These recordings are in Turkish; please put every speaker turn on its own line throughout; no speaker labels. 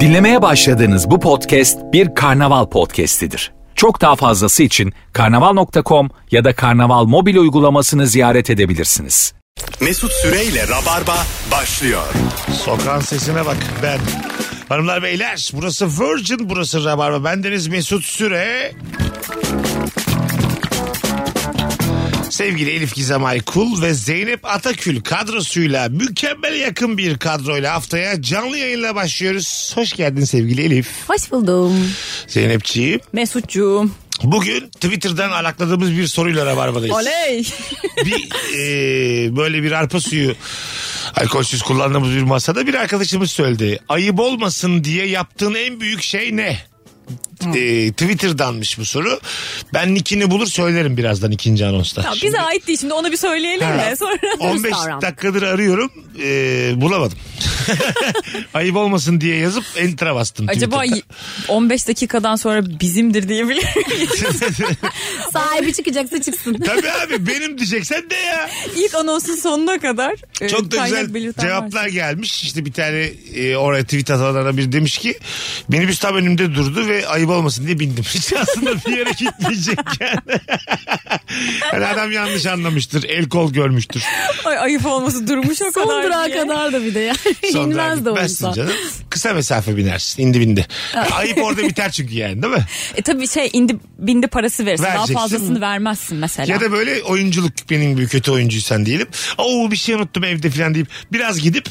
Dinlemeye başladığınız bu podcast bir karnaval podcastidir. Çok daha fazlası için karnaval.com ya da karnaval mobil uygulamasını ziyaret edebilirsiniz.
Mesut Süreyle Rabarba başlıyor.
Sokağın sesine bak ben. Hanımlar beyler burası Virgin burası Rabarba. Bendeniz Mesut Süre. Sevgili Elif Gizem Aykul ve Zeynep Atakül kadrosuyla mükemmel yakın bir kadroyla haftaya canlı yayınla başlıyoruz. Hoş geldin sevgili Elif.
Hoş buldum.
Zeynepçiğim.
Mesutcuğum.
Bugün Twitter'dan alakladığımız bir soruyla Rabarba'dayız.
Oley.
bir e, böyle bir arpa suyu alkolsüz kullandığımız bir masada bir arkadaşımız söyledi. Ayıp olmasın diye yaptığın en büyük şey ne? E, Twitter'danmış bu soru. Ben nickini bulur söylerim birazdan ikinci anonsta.
Ya
Şimdi
bize ait değil şimdi onu bir söyleyelim
Ha.
de sonra.
15
davran.
dakikadır arıyorum e, bulamadım. Ayıp olmasın diye yazıp enter'a bastım.
Acaba
Twitter'da.
y- 15 dakikadan sonra bizimdir diyebilir miyim?
Sahibi çıkacaksa çıksın.
Tabii abi benim diyeceksen de ya.
İlk anonsun sonuna kadar. e,
Çok da
kaynak
güzel
belirten
cevaplar
varsa.
gelmiş. İşte bir tane e, oraya tweet atanlardan biri demiş ki minibüs tam önümde durdu ve ayıp olmasın diye bindim. Hiç aslında bir yere gitmeyecek yani. Yani adam yanlış anlamıştır. El kol görmüştür.
Ay, ayıp olması durmuş o kadar
Son durağa
diye.
kadar da bir de ya.
Son durağa
İnmez de
gitmezsin
olsa.
canım. Kısa mesafe binersin. indi bindi. Yani ayıp orada biter çünkü yani değil mi?
E tabii şey indi bindi parası verirsin. Daha
Vereceksin.
fazlasını vermezsin mesela.
Ya da böyle oyunculuk benim bir kötü oyuncuysan diyelim. Oo bir şey unuttum evde falan deyip biraz gidip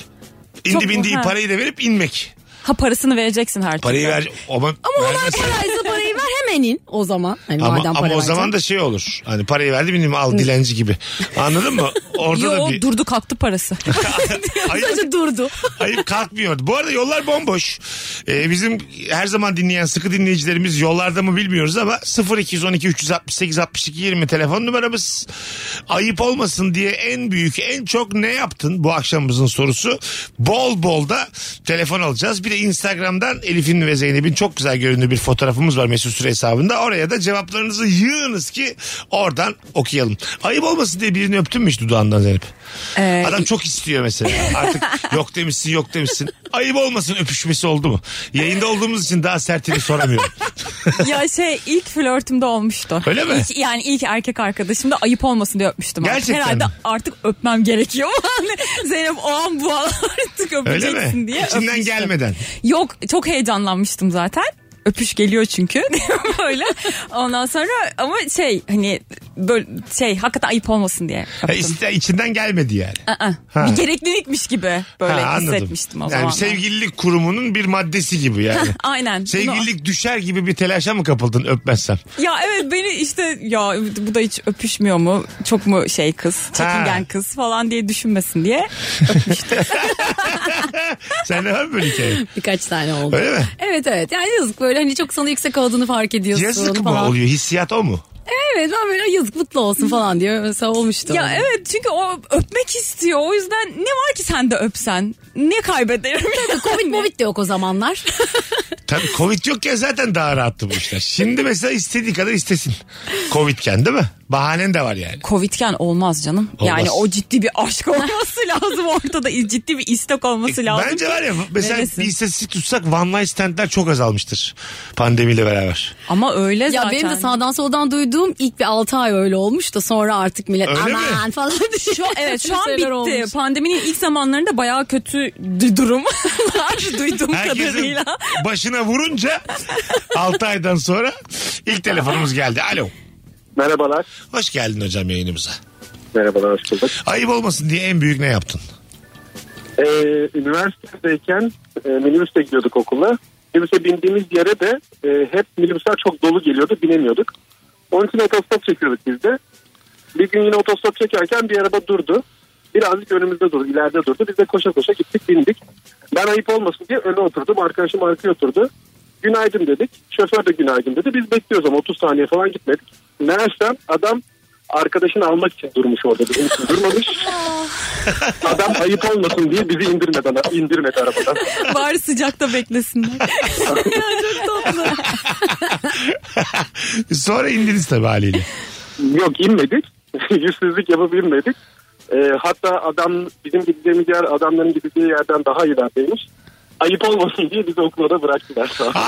indi
Çok-
bindiği
ha.
parayı da verip inmek.
Ha parasını vereceksin her
Parayı
türlü.
ver. Ama, vermezsen-
Paraysa parayı ver hemen in o zaman. Hani
Ama,
madem
ama
para
o zaman da şey olur. Hani parayı verdi benim al dilenci gibi. Anladın mı? Orada
Yo
da bir
durdu kalktı parası.
ayıp,
Sadece durdu.
ayıp kalkmıyordu. Bu arada yollar bomboş. Ee, bizim her zaman dinleyen sıkı dinleyicilerimiz yollarda mı bilmiyoruz ama 0212 368 62 20 telefon numaramız. Ayıp olmasın diye en büyük en çok ne yaptın bu akşamımızın sorusu. Bol bol da telefon alacağız. Bir de Instagram'dan Elif'in ve Zeynep'in çok güzel göründüğü bir fotoğrafımız var Mesut Süre hesabında. Oraya da cevaplarınızı yığınız ki oradan okuyalım. Ayıp olmasın diye birini öptün mü hiç dudağından Zeynep?
Ee,
Adam çok istiyor mesela. Artık yok demişsin yok demişsin. Ayıp olmasın öpüşmesi oldu mu? Yayında olduğumuz için daha sertini soramıyorum.
ya şey ilk flörtümde olmuştu.
Öyle mi?
İlk- yani ilk erkek arkadaşımda ayıp olmasın diye öpmüştüm. artık.
Gerçekten
Herhalde
mi?
artık öpmem gerekiyor. Hani Zeynep o an bu an artık
Öyle
öpeceksin
mi?
diye
İçinden
öpmüştüm.
gelmeden.
Yok çok heyecanlanmıştım zaten. Öpüş geliyor çünkü böyle. Ondan sonra ama şey hani böyle şey hakikaten ayıp olmasın diye
Ha,
yaptım.
iste- içinden gelmedi yani.
Aa,
E, Ha.
Bir gereklilikmiş gibi böyle
Ha, anladım.
hissetmiştim o
Yani
zaman.
sevgililik kurumunun bir maddesi gibi yani.
Aynen. Bunu-
Sevgililik düşer gibi bir telaşa mı kapıldın öpmezsem?
Ya evet beni işte ya bu da hiç öpüşmüyor mu? Çok mu şey kız?
Ha.
Çekingen kız falan diye düşünmesin diye.
Sen de var mı böyle hikaye?
Birkaç tane oldu.
Öyle mi?
Evet evet yani yazık böyle hani çok sana yüksek olduğunu fark ediyorsun
Yazık mı
falan.
oluyor? Hissiyat o mu?
Evet ben böyle yazık mutlu olsun falan diye mesela olmuştu.
Ya evet çünkü o öpmek istiyor. O yüzden ne var ki sen de öpsen? Ne kaybederim?
Covid movid de yok o zamanlar.
Tabii Covid yokken zaten daha rahattı bu işler. Şimdi mesela istediği kadar istesin. Covidken değil mi? Bahanen de var yani.
Covid'ken olmaz canım.
Olmaz.
Yani o ciddi bir aşk olması lazım ortada. Ciddi bir istek olması lazım.
E, Bence var ya mesela
Neresi?
bir istatistik tutsak one night standlar çok azalmıştır pandemiyle beraber.
Ama öyle
ya
zaten.
benim de sağdan soldan duyduğum ilk bir 6 ay öyle olmuş da sonra artık millet
Öyle mi?
aman falan diye.
Şu, evet şu an
şeyler
bitti.
olmuş.
Pandeminin ilk zamanlarında bayağı kötü durum var duyduğum
Herkesin
kadarıyla.
başına vurunca 6 aydan sonra ilk telefonumuz geldi. Alo.
Merhabalar.
Hoş geldin hocam yayınımıza.
Merhabalar hoş bulduk.
Ayıp olmasın diye en büyük ne yaptın?
Ee, üniversitedeyken e, minibüste gidiyorduk okula. Minibüse bindiğimiz yere de e, hep minibüsler çok dolu geliyordu binemiyorduk. Onun için otostop çekiyorduk biz de. Bir gün yine otostop çekerken bir araba durdu. Birazcık önümüzde durdu, ileride durdu. Biz de koşa koşa gittik, bindik. Ben ayıp olmasın diye öne oturdum, arkadaşım arkaya oturdu. Günaydın dedik, şoför de günaydın dedi. Biz bekliyoruz ama 30 saniye falan gitmedik. Meğersem adam arkadaşını almak için durmuş orada. Bizim için durmamış. Adam ayıp olmasın diye bizi indirmeden indirmedi arabadan.
Bari sıcakta beklesinler.
Sonra indiniz tabii haliyle.
Yok inmedik. Yüzsüzlük yapıp inmedik. Ee, hatta adam bizim gideceğimiz yer adamların gideceği yerden daha ilerideymiş. ayıp olmasın diye bizi okula da bıraktılar. sağ olsun.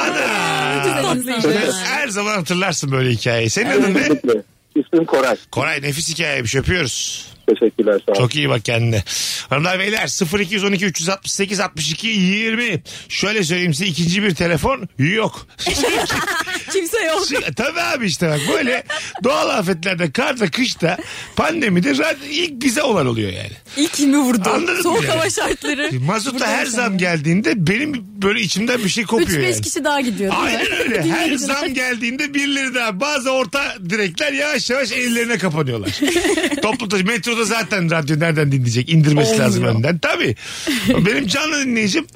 Ana. Her zaman hatırlarsın böyle hikayeyi. Senin adın ne?
Kesinlikle. İsmim Koray.
Koray nefis hikayeymiş öpüyoruz.
Teşekkürler sağ olun.
Çok iyi bak kendine. Hanımlar beyler 0212 368 62 20. Şöyle söyleyeyim size ikinci bir telefon yok.
Kimse yok.
Şey, Tabii abi işte bak böyle doğal afetlerde karda kışta pandemide zaten ilk bize olan oluyor yani.
İlk mi vurdu?
Anladın mı
Soğuk
yani?
hava şartları.
Mazutta
Buradan
E, her
sen
zam
ya.
geldiğinde benim böyle içimden bir şey
3-5
kopuyor yani.
kişi daha gidiyor değil mi?
Aynen öyle. Her
Dinleyiciler.
zam geldiğinde birileri daha bazı orta direkler yavaş yavaş ellerine kapanıyorlar. Toplu taşı metroda zaten radyo nereden dinleyecek? İndirmesi lazım önden. Tabii. Benim canlı dinleyicim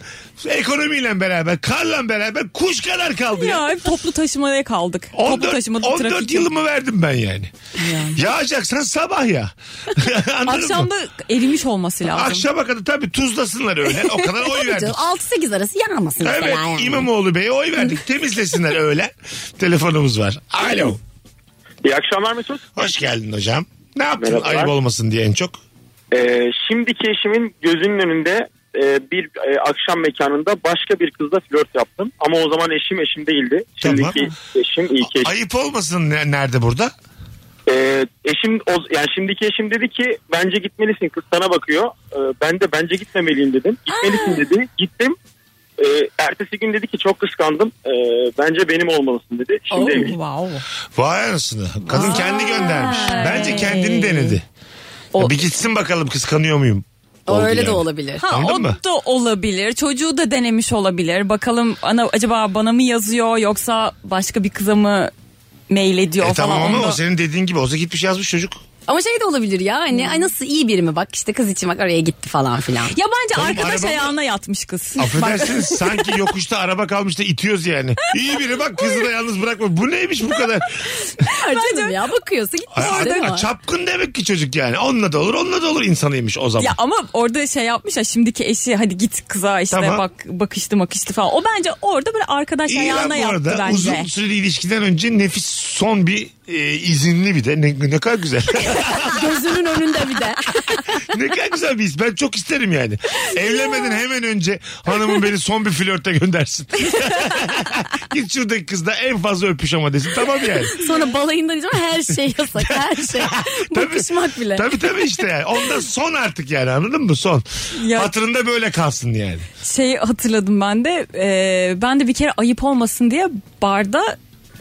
ekonomiyle beraber, karla beraber kuş kadar kaldı ya.
Ya hep toplu taşımaya kaldık. toplu
14,
taşımada
14
trafik.
yılımı verdim ben yani.
Yani.
Yağacaksan sabah ya. Anladın mı?
Akşamda erimiş olması lazım.
Akşama kadar tabii tuzlasınlar öyle. O kadar oy verdik.
6-8 arası yanmasın
Evet
mesela yani.
İmamoğlu Bey'e oy verdik. Temizlesinler öyle. Telefonumuz var. Alo.
İyi akşamlar Mesut.
Hoş geldin hocam. Ne yaptın
Merhabalar.
ayıp olmasın diye en çok?
Ee, şimdiki eşimin gözünün önünde e, bir e, akşam mekanında başka bir kızla flört yaptım. Ama o zaman eşim eşim değildi. Şimdiki
Tamam.
eşim iyi ki eşim.
Ayıp olmasın ne- nerede burada?
Ee, eşim o, yani şimdiki eşim dedi ki bence gitmelisin kız sana bakıyor. Ee, ben de bence gitmemeliyim dedim. Gitmelisin dedi. Gittim. Ee, ertesi gün dedi ki çok kıskandım. Ee, bence benim olmalısın dedi. Şimdi evliyim.
Oh, wow.
Vay anasını. Kadın kendi göndermiş. Bence kendini denedi.
O-
Bir gitsin bakalım kıskanıyor muyum? Oldu
Öyle de
yani.
olabilir.
Ha,
Anladın
o
mı?
da olabilir. Çocuğu da denemiş olabilir. Bakalım ana, acaba bana mı yazıyor yoksa başka bir kıza mı mail ediyor
E
falan.
tamam ama
Onu da-
o senin dediğin gibi olsa gitmiş yazmış çocuk.
Ama şey de olabilir ya hani ay nasıl iyi biri mi bak işte kız için bak oraya gitti falan filan.
Ya bence arkadaş
arabamda-
ayağına yatmış kız.
Affedersiniz sanki yokuşta araba kalmış da itiyoruz yani. İyi biri bak kızı da yalnız bırakma. Bu neymiş bu kadar?
Var canım ya bakıyorsa
Ay,
gitmiş değil mi?
çapkın demek ki çocuk yani. Onunla da olur onunla da olur insanıymış o zaman.
Ya ama orada şey yapmış ya şimdiki eşi hadi git kıza işte
Tamam.
bak bakıştı makıştı falan. O bence orada böyle arkadaş
İyi lan
ayağına
bu
yaptı
arada
bence.
uzun süreli ilişkiden önce nefis son bir e, izinli bir de ne, ne kadar güzel.
Gözünün önünde bir de.
ne kadar güzel bir his. Ben çok isterim yani. Evlenmeden hemen önce hanımın beni son bir flörte göndersin. Git şuradaki kızla en fazla öpüş ama desin. Tamam yani.
Sonra balayında diyeceğim her şey yasak her şey.
Tabii.
Bakışmak bile.
Tabii tabii işte yani. Ondan son artık yani anladın mı? Son.
Ya-
Hatırında böyle kalsın yani.
Şey hatırladım ben de e, ben de bir kere ayıp olmasın diye barda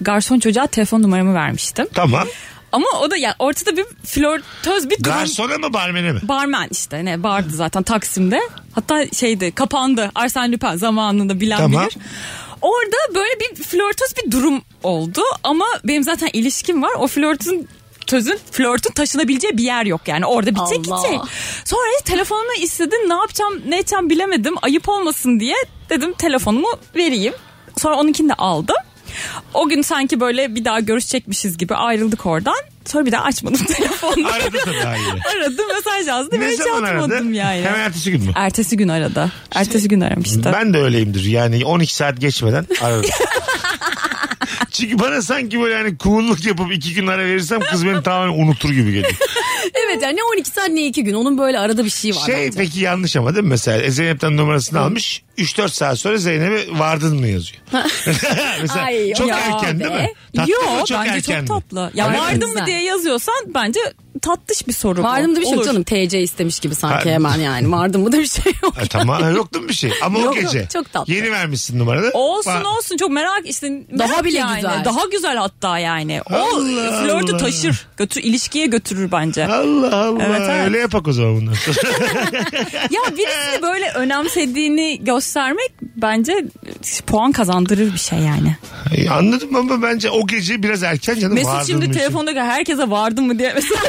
garson çocuğa telefon numaramı vermiştim.
Tamam.
Ama o da ya ortada bir flörtöz bir durum.
Garsona mı barmene mi?
Barmen işte ne bardı zaten Taksim'de. Hatta şeydi kapandı Arsene Lupin zamanında bilen
Tamam.
bilir. Orada böyle bir flörtöz bir durum oldu ama benim zaten ilişkim var. O flörtün tözün flörtün taşınabileceği bir yer yok yani orada bitecek
Allah.
gidecek. Sonra telefonumu istedim ne yapacağım ne edeceğim bilemedim ayıp olmasın diye dedim telefonumu vereyim. Sonra onunkini de aldım. O gün sanki böyle bir daha görüşecekmişiz gibi ayrıldık oradan. Sonra bir daha açmadım telefonu.
Aradı tabii aynı.
Aradım mesaj yazdı ve
Ne
hiç
zaman aradı?
atmadım yani.
Hemen ertesi gün mü?
Ertesi gün aradı. Ertesi gün aramıştı.
Ben de öyleyimdir. Yani 12 saat geçmeden ararım. Çünkü bana sanki böyle hani kuğulluk yapıp iki gün ara verirsem kız beni tamamen unutur gibi geliyor.
Evet yani ne 12 saat ne 2 gün onun böyle arada bir şey var.
şey
bence.
peki yanlış ama değil mi mesela? E, Zeynep'ten numarasını almış. 3-4 saat sonra Zeynep'e vardın mı yazıyor. mesela
Ay,
çok
ya
erken değil
be.
mi? Tatlı
Yo
mı,
bence
erken mi?
çok tatlı. Ya
Öyle mi?
vardın mı
Güzel.
diye yazıyorsan bence tatlış bir soru
Vardım da bir şey yok
Olur.
canım TC istemiş gibi sanki
Ha.
hemen yani. Vardım mı da bir şey yok.
Ha, tamam Ha, yoktu mu bir şey? Ama o
Yok, yok,
gece.
çok tatlı.
Yeni vermişsin numaranı.
Olsun
Va-
olsun çok merak işte merak
Daha bile
yani.
güzel.
Daha güzel hatta yani. O
Allah
flörtü
Allah.
taşır. Götür ilişkiye götürür bence.
Allah Allah.
Evet, evet.
Öyle yapak o zaman bundan sonra.
ya birisini böyle önemsediğini göstermek bence puan kazandırır bir şey yani.
Ay, E, Anladım ama bence o gece biraz erken canım.
Mesut
vardın
şimdi
mı işte?
telefonda herkese vardın mı diye mesela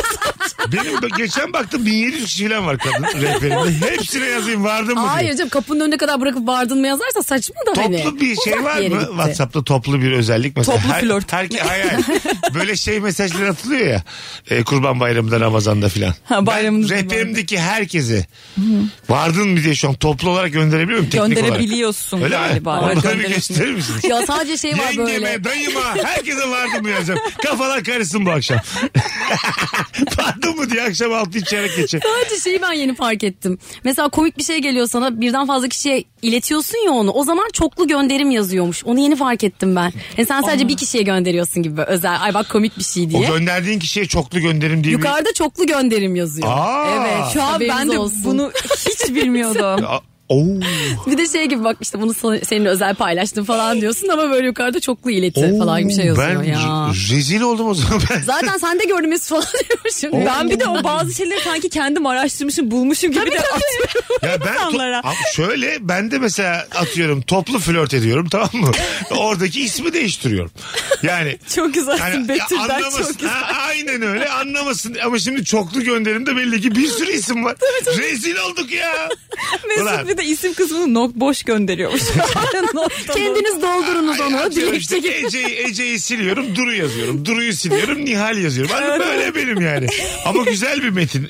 Benim bak- geçen baktım 1700 kişi falan var kadın rehberinde. Hepsine yazayım vardı mı
Hayır
diye.
canım kapının önüne kadar bırakıp vardın mı yazarsa saçma da hani.
Toplu bir şey
Uzak
var
yere
mı?
gitti.
WhatsApp'ta toplu bir özellik mesela.
Toplu flört.
Her, hayır, hayır. Böyle şey mesajlar atılıyor ya. e, Kurban Bayramı'nda Ramazan'da filan.
Ha, bayramınız
Ben
kutlu
rehberimdeki herkese vardın mı diye şu an toplu olarak gönderebiliyor muyum? teknik olarak?
gönderebiliyorsun
Öyle
galiba.
mi?
Evet,
Onları bir
gönderebiliyorsun.
gösterir misiniz?
Ya sadece şey var böyle.
Yengeme, dayıma herkese vardım yazacağım. Kafalar karışsın bu akşam. vardım mı diye akşam altı içerek geçe.
Sadece şeyi ben yeni fark ettim. Mesela komik bir şey geliyor sana birden fazla kişiye iletiyorsun ya onu. O zaman çoklu gönderim yazıyormuş. Onu yeni fark ettim ben. Yani sen sadece bir kişiye gönderiyorsun gibi böyle özel. Ay bak komik bir şey
O
diye.
gönderdiğin kişiye çoklu gönderim diye bir...
Yukarıda çoklu gönderim yazıyor.
Aa.
Evet.
Şu an ben
haberiniz
de
olsun.
bunu hiç bilmiyordum.
Aa, Oo.
Bir de şey gibi bak işte bunu sana- seninle özel paylaştım falan diyorsun ama böyle yukarıda çoklu ileti
Oo,
falan bir şey yazıyor
ben
ya.
re- rezil oldum o zaman ben.
Zaten sen de gördüm Mesut falan diyormuşum.
ben bir de o bazı şeyleri sanki kendim araştırmışım bulmuşum gibi de atıyorum
Ya ben to-
insanlara.
Ama şöyle ben de mesela atıyorum toplu flört ediyorum tamam mı? Oradaki ismi değiştiriyorum. Yani
Çok güzelsin
yani
Betül'den
anlamasın.
çok güzel.
Ha, aynen öyle anlamasın ama şimdi çoklu gönderimde belli ki bir sürü isim var. Rezil olduk ya. Ulan.
Mesut bir de isim kısmını nok boş gönderiyormuş. Nokta
Kendiniz doldurunuz
Ay,
onu.
atıyorum
Dilekçe
işte
gibi.
Ece'yi, Ece'yi siliyorum Duru yazıyorum. Duru'yu siliyorum Nihal yazıyorum. Hani böyle benim yani. Ama güzel bir metin.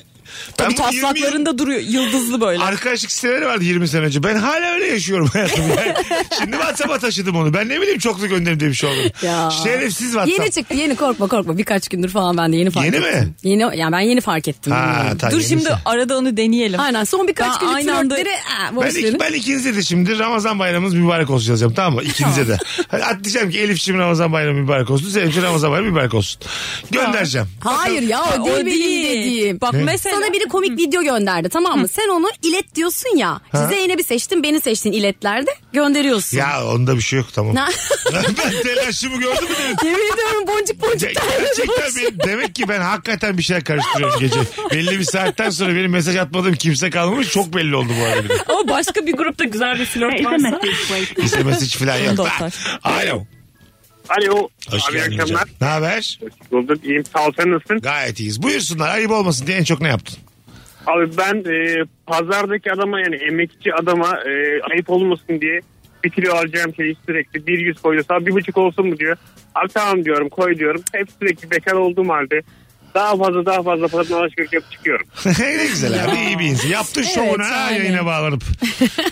Ben
Tabii
bu 20 yıl-
taslaklarında duruyor yıldızlı böyle.
Arkadaşlık siteleri vardı 20 sene önce. Ben hala öyle yaşıyorum hayatım. Yani. Şimdi WhatsApp'a taşıdım onu. Ben ne bileyim çoklu gönderim diye bir şey oldu.
Ya.
Şerefsiz WhatsApp.
Yeni çıktı yeni korkma korkma birkaç gündür falan ben de yeni fark
Yeni
ettim.
mi?
Yeni yani ben yeni fark ettim.
Ha,
bilmiyorum.
ta
Dur
yenisi.
şimdi arada onu deneyelim.
Aynen son birkaç
Ben
günlük
aynı anda-
flörtleri ha,
Ben,
boş verin.
ik- ben ikinize de şimdi Ramazan bayramımız mübarek olsun yazacağım tamam mı? İkinize de. Hadi diyeceğim ki Elif'ciğim Ramazan bayramı mübarek olsun. Seninki Ramazan bayramı mübarek olsun. Göndereceğim.
Hayır ya o değil benim dediğim.
Bak mesela
Sana biri komik video gönderdi tamam mı? Sen onu ilet diyorsun ya. Zeynep'i seçtin beni seçtin iletlerde gönderiyorsun.
Ya onda bir şey yok tamam.
Na-
ben telaşımı gördün mü? dedim.
Yemin ediyorum boncuk boncuk
Ge- Gerçekten
terliyorsun.
benim- demek ki ben hakikaten bir şeyler karıştırıyorum gece. Belli bir saatten sonra benim mesaj atmadığım kimse kalmamış. Çok belli oldu bu arada. benim.
ama başka bir grupta güzel bir flört varsa.
İstemesi hiç falan yok.
Doktor.
Alo.
Alo.
Hoş
Abi
geldin
akşamlar.
Ne haber?
Hoş bulduk. İyiyim. Sağ ol. Sen nasılsın?
Gayet iyiyiz. Buyursunlar ayıp olmasın diye en çok ne yaptın?
Abi ben e, pazardaki adama yani emekçi adama e, ayıp olmasın diye bir kilo alacağım şeyi sürekli bir yüz koyuyor. Sana bir buçuk olsun mu diyor. Abi tamam diyorum koy diyorum. Hep sürekli bekar olduğum halde daha fazla daha fazla fazla alışveriş yapıp çıkıyorum.
ne güzel abi iyi bir insan. Yaptın şovunu ha
yani.
yayına bağlanıp.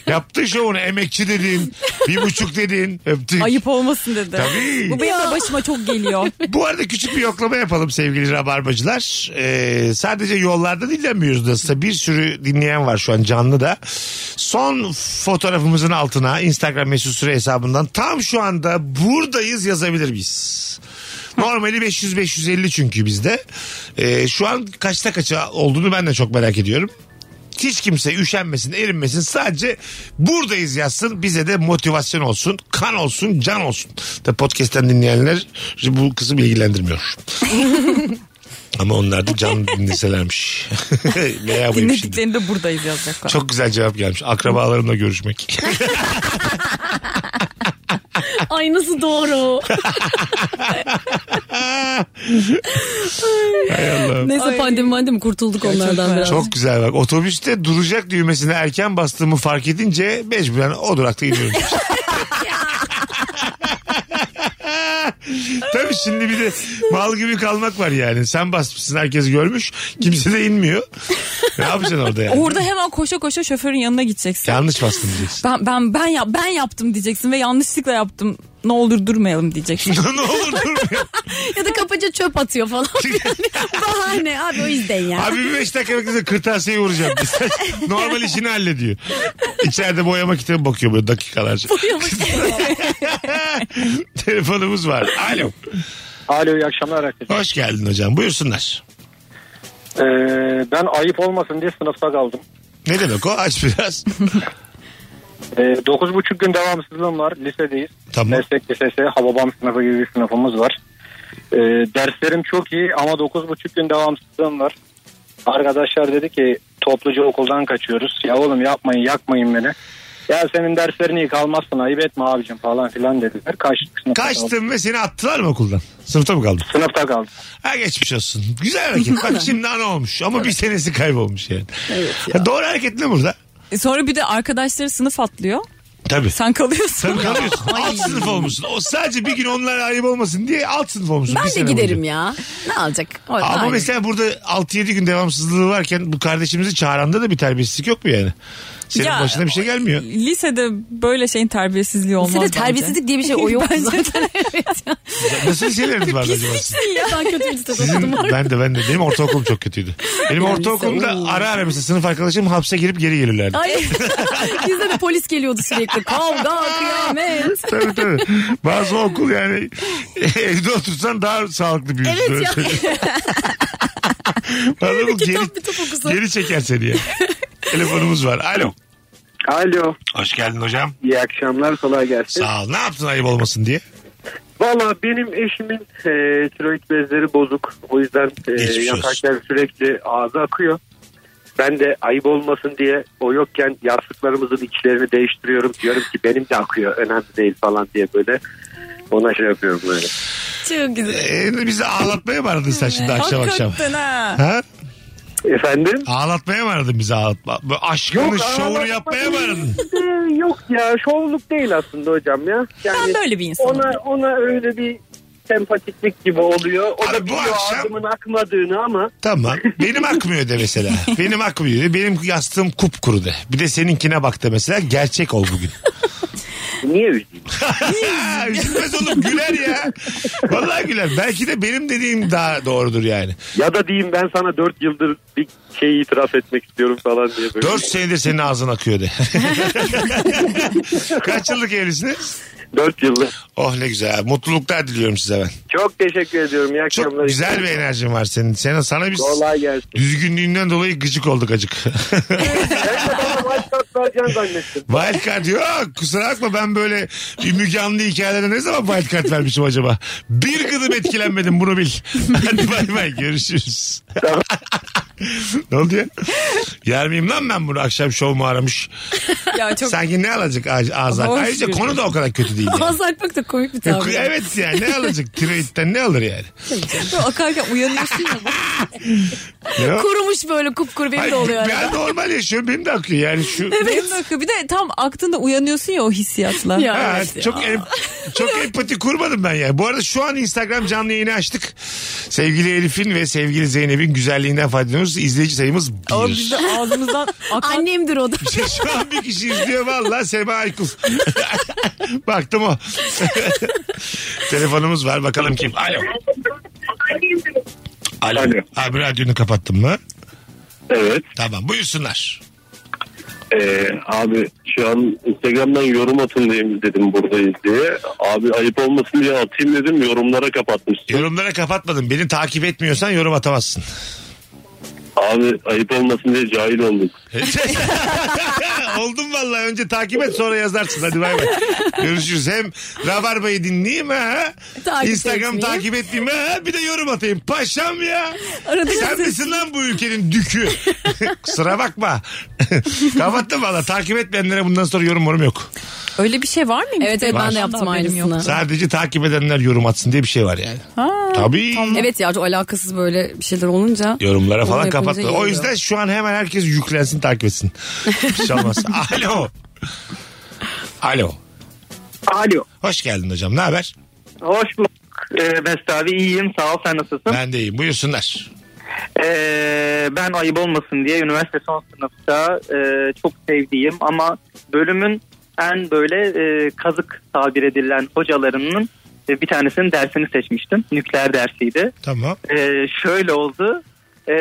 Yaptın şovunu emekçi dedin. Bir buçuk dedin. Öptük.
Ayıp olmasın dedi.
Tabii.
Bu benim de başıma çok geliyor.
Bu arada küçük bir yoklama yapalım sevgili rabarbacılar. Ee, sadece yollarda dinlemiyoruz da size bir sürü dinleyen var şu an canlı da. Son fotoğrafımızın altına Instagram mesut süre hesabından tam şu anda buradayız yazabilir miyiz? Normali 500-550 çünkü bizde. Ee, şu an kaçta kaça olduğunu ben de çok merak ediyorum. Hiç kimse üşenmesin, erinmesin. Sadece buradayız yazsın. Bize de motivasyon olsun, kan olsun, can olsun. Tabii podcast'ten dinleyenler bu kısım ilgilendirmiyor. Ama onlar da canlı dinleselermiş. Veya bu şimdi.
Dinlediklerinde buradayız yazacaklar.
Çok güzel cevap gelmiş. Akrabalarımla görüşmek.
Ay nasıl doğru.
Hay Allah'ım.
Neyse pandemi pandemi kurtulduk onlardan biraz.
Çok güzel bak. Otobüste duracak düğmesine erken bastığımı fark edince mecburen o durakta iniyorum. Tabii şimdi bir de mal gibi kalmak var yani. Sen basmışsın herkes görmüş. Kimse de inmiyor. Ne yapacaksın orada yani?
Orada hemen koşa koşa şoförün yanına gideceksin.
Yanlış bastın diyeceksin.
Ben ben ben yap ben yaptım diyeceksin ve yanlışlıkla yaptım. Ne olur durmayalım diyeceksin.
ne olur durmuyor.
Ya da kapıcı çöp atıyor falan. Yani bahane abi o yüzden ya.
Abi bir beş dakika beklese kırtasiyeyi vuracağım. Normal işini hallediyor. İçeride boyama kitabı bakıyor böyle dakikalarca. Telefonumuz var. Alo.
Alo iyi akşamlar herkese.
Hoş geldin hocam. Buyursunlar.
Ee, ben ayıp olmasın diye sınıfta kaldım.
Ne demek o? Aç biraz.
Ee, 9,5 gün devamsızlığım var. Lisedeyiz.
Tamam.
Meslek lisesi, Hababam sınıfı gibi bir sınıfımız var. Ee, derslerim çok iyi ama 9,5 gün devamsızlığım var. Arkadaşlar dedi ki topluca okuldan kaçıyoruz. Ya oğlum yapmayın yakmayın beni. Ya senin derslerin iyi kalmazsın ayıp etme abicim falan filan dediler. Kaçtık sınıfta kaldım.
Kaçtın ve seni attılar mı okuldan? Sınıfta mı kaldın?
Sınıfta kaldım.
Ha geçmiş olsun. Güzel hareket. Bak şimdi ana olmuş ama bir senesi kaybolmuş yani. Ha, doğru hareket ne burada?
E Sonra bir de arkadaşları sınıf atlıyor.
Tabii.
Sen kalıyorsun.
Sen kalıyorsun. alt sınıf olmuşsun. O sadece bir gün onlara ayıp olmasın diye alt sınıf olmuşsun.
Ben
bir
de
sene
giderim
boyunca.
ya. Ne alacak? O-
Ama
Aynen.
mesela burada 6-7 gün devamsızlığı varken bu kardeşimizi çağıranda da bir terbiyesizlik yok mu yani? Senin
Ya-
başına bir şey gelmiyor.
Lisede böyle şeyin terbiyesizliği olmaz
Lisede
bence.
terbiyesizlik diye bir şey o yok
Bence
zaten.
Nasıl liseleriniz vardı acaba?
ben kötü lisede
Sizin,
okudum.
ben de ben de. Benim ortaokulum çok kötüydü. Benim
Yani
ortaokulumda
lise, oo.
ara ara mesela sınıf arkadaşım hapse girip geri gelirlerdi.
Ay, bizde de polis geliyordu sürekli. Kavga, kıyamet.
tabii tabii. Bazı okul yani evde otursan daha sağlıklı büyürsün.
Evet
Öyle
ya.
söyleyeyim. Vallahi bu geri,
Kitap bir top okusa.
geri çeker seni ya. Telefonumuz var. Alo.
Alo.
Hoş geldin hocam.
İyi akşamlar. Kolay gelsin.
Sağ ol. Ne yaptın ayıp olmasın diye.
Valla benim eşimin e, tiroid bezleri bozuk. O yüzden e,
Geçmiş olsun.
yataklar sürekli ağza akıyor. Ben de ayıp olmasın diye o yokken yastıklarımızın içlerini değiştiriyorum. Diyorum ki benim de akıyor önemli değil falan diye böyle ona şey yapıyorum böyle.
Çok güzel.
Ee, bizi ağlatmaya mı aradın sen şimdi akşam akşam?
Hakikaten ha.
Ha?
Efendim?
Ağlatmaya mı aradın bizi ağlatma? Bu aşkını
Yok,
şovunu
ağlatma
yapmaya mı aradın?
Ee, Yok ya şovluk değil aslında hocam ya.
Ben
Yani
böyle bir insanım.
ona ona öyle bir sempatiklik gibi oluyor. O
Abi bu
da biliyor
akşam-
ağzımın akmadığını ama
Tamam. Benim akmıyor de mesela. Benim akmıyor de. Benim yastığım kupkuru de. Bir de seninkine bak de mesela. Gerçek ol bugün.
niye üzeyim?
Ha, Üzülmez oğlum güler ya. Vallahi güler. Belki de benim dediğim daha doğrudur yani.
Ya da diyeyim ben sana 4 yıldır bir şeyi itiraf etmek istiyorum falan diye böyle.
4 senedir senin ağzın akıyor de. Kaç yıllık evlisiniz?
4 yıldır.
Oh ne güzel. Mutluluklar diliyorum size ben.
Çok teşekkür ediyorum. İyi
Çok
akşamlar.
güzel bir enerjin var senin. Senin sana biz
Kolay gelsin.
düzgünlüğünden dolayı gıcık olduk acık.
Ben de bana başlat vereceğim zannettim.
Wildcard yok. Kusura bakma ben böyle bir Müge Anlı hikayelerde ne zaman wildcard vermişim acaba? Bir gıdım etkilenmedim bunu bil. Hadi bay bay görüşürüz. ne oldu ya? Yer miyim lan ben bunu akşam şov mu aramış?
Ya çok
Sanki ne alacak ağ- ağzak?
Hoş
Ayrıca
bir-
konu da o kadar kötü değil. yani.
Ağzı akmak da komik bir tabir.
Evet yani ne alacak? Tiroid'den ne alır yani?
Böyle akarken uyanıyorsun ya.
Ne o?
Kurumuş böyle kupkuru benim
Hayır,
de oluyor. arada.
ben normal yaşıyorum benim de akıyor yani şu
Benim de akıyor. Bir de tam aktığında uyanıyorsun ya o hissiyatla.
Ya.
Ha,
Evet ya.
çok em- çok empati kurmadım ben yani. Bu arada şu an Instagram canlı yayını açtık. Sevgili Elif'in ve sevgili Zeynep'in güzelliğinden faydalanıyoruz. İzleyici sayımız
Ama
bir.
biz de ağzımızdan akan
Annemdir o da.
şu an bir kişi izliyor valla Seba Aykul. Baktım o. Telefonumuz var bakalım kim. Alo. Alo.
Alo.
Abi radyonu kapattın mı?
Evet.
Tamam buyursunlar.
Ee, abi şu an Instagram'dan yorum atın diye dedim buradayız diye. Abi ayıp olmasın diye atayım dedim yorumlara kapatmışsın.
Yorumlara kapatmadım. Beni takip etmiyorsan yorum atamazsın.
Abi ayıp olmasın diye cahil olduk.
Şey- Oldum vallahi önce takip et sonra yazarsın hadi bay bay. Görüşürüz. Hem Rabarba'yı dinleyeyim ha.
Takip
Instagram
etmeyeyim.
takip etmeyeyim ha. Bir de yorum atayım. Paşam ya.
Arada
Sen misin lan bu ülkenin dükü? Kusura bakma. Kapattım valla. Takip etmeyenlere bundan sonra yorum yorum yok.
Öyle bir şey var mıymış?
Evet evet ben de yaptım
Haberim yok.
aynısını.
Sadece takip edenler yorum atsın diye bir şey var yani. Tabii.
Evet ya çok alakasız böyle bir şeyler olunca.
Yorumlara
Onu
falan
yapınca
kapattı. O
geliyor.
yüzden şu an hemen herkes yüklensin takip etsin. Bir şey olmaz. Alo. Alo.
Alo.
Hoş geldin hocam. Ne haber?
Hoş bulduk. Ee, Mesut abi iyiyim sağ ol sen nasılsın?
Ben de iyiyim. Buyursunlar.
Ee, ben ayıp olmasın diye üniversite son sınıfta e, çok sevdiğim ama bölümün en böyle e, kazık tabir edilen hocalarının e, bir tanesinin dersini seçmiştim. Nükleer dersiydi.
Tamam.
Ee, şöyle oldu. Ee,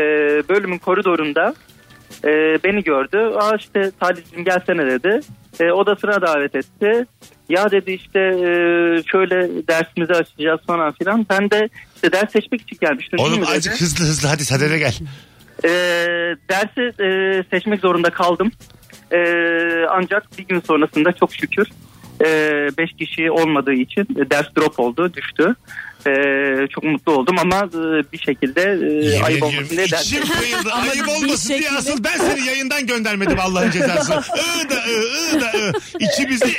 bölümün koridorunda e, beni gördü. Aa işte Talih'cim gelsene dedi. E, odasına davet etti. Ya dedi işte e, şöyle dersimizi açacağız falan filan. Ben de işte ders seçmek için gelmiştim. değil
Oğlum
mi dedi.
azıcık hızlı hızlı hadi sadede gel.
Ee, dersi e, seçmek zorunda kaldım. Ee, ancak bir gün sonrasında çok şükür 5 kişi olmadığı için e, ders drop oldu, düştü. Ee, çok mutlu oldum ama e, bir şekilde e,
Ee,
Yemin ediyorum,
ayıp olmasın diye ders.
içim kıyıldı. ayıp
bir
olmasın diye
şekilde-
asıl ben seni yayından göndermedim Allah'ın cezası. I da I, I da I. İçimizi e,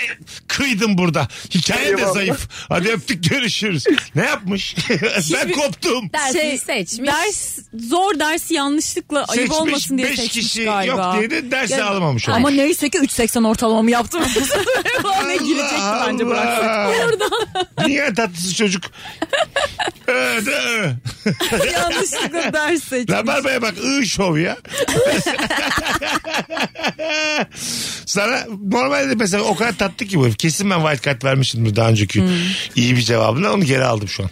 kıydım burada. Hikaye de
Eyvallah.
zayıf. Hadi öptük görüşürüz. Ne yapmış? ben koptum.
Dersini
Şey,
seçmiş.
Ders zor dersi yanlışlıkla ayıp
Seçmiş,
olmasın diye
beş
seçmiş
kişi
galiba.
yok diye de dersi alamamış şey olmuş.
Ama neyse ki 3.80 ortalamam yaptım. ne girecekti bence bıraksak.
Niye tatlısı çocuk? Ee, de-
Yanlışlıkla ders seçmiş.
Rabarbaya bak ı şov ya. Sana normalde mesela o kadar tatlı ki bu herif. Kesin ben wild card vermişimdir daha önceki
Hmm.
iyi bir cevabına onu geri aldım şu an.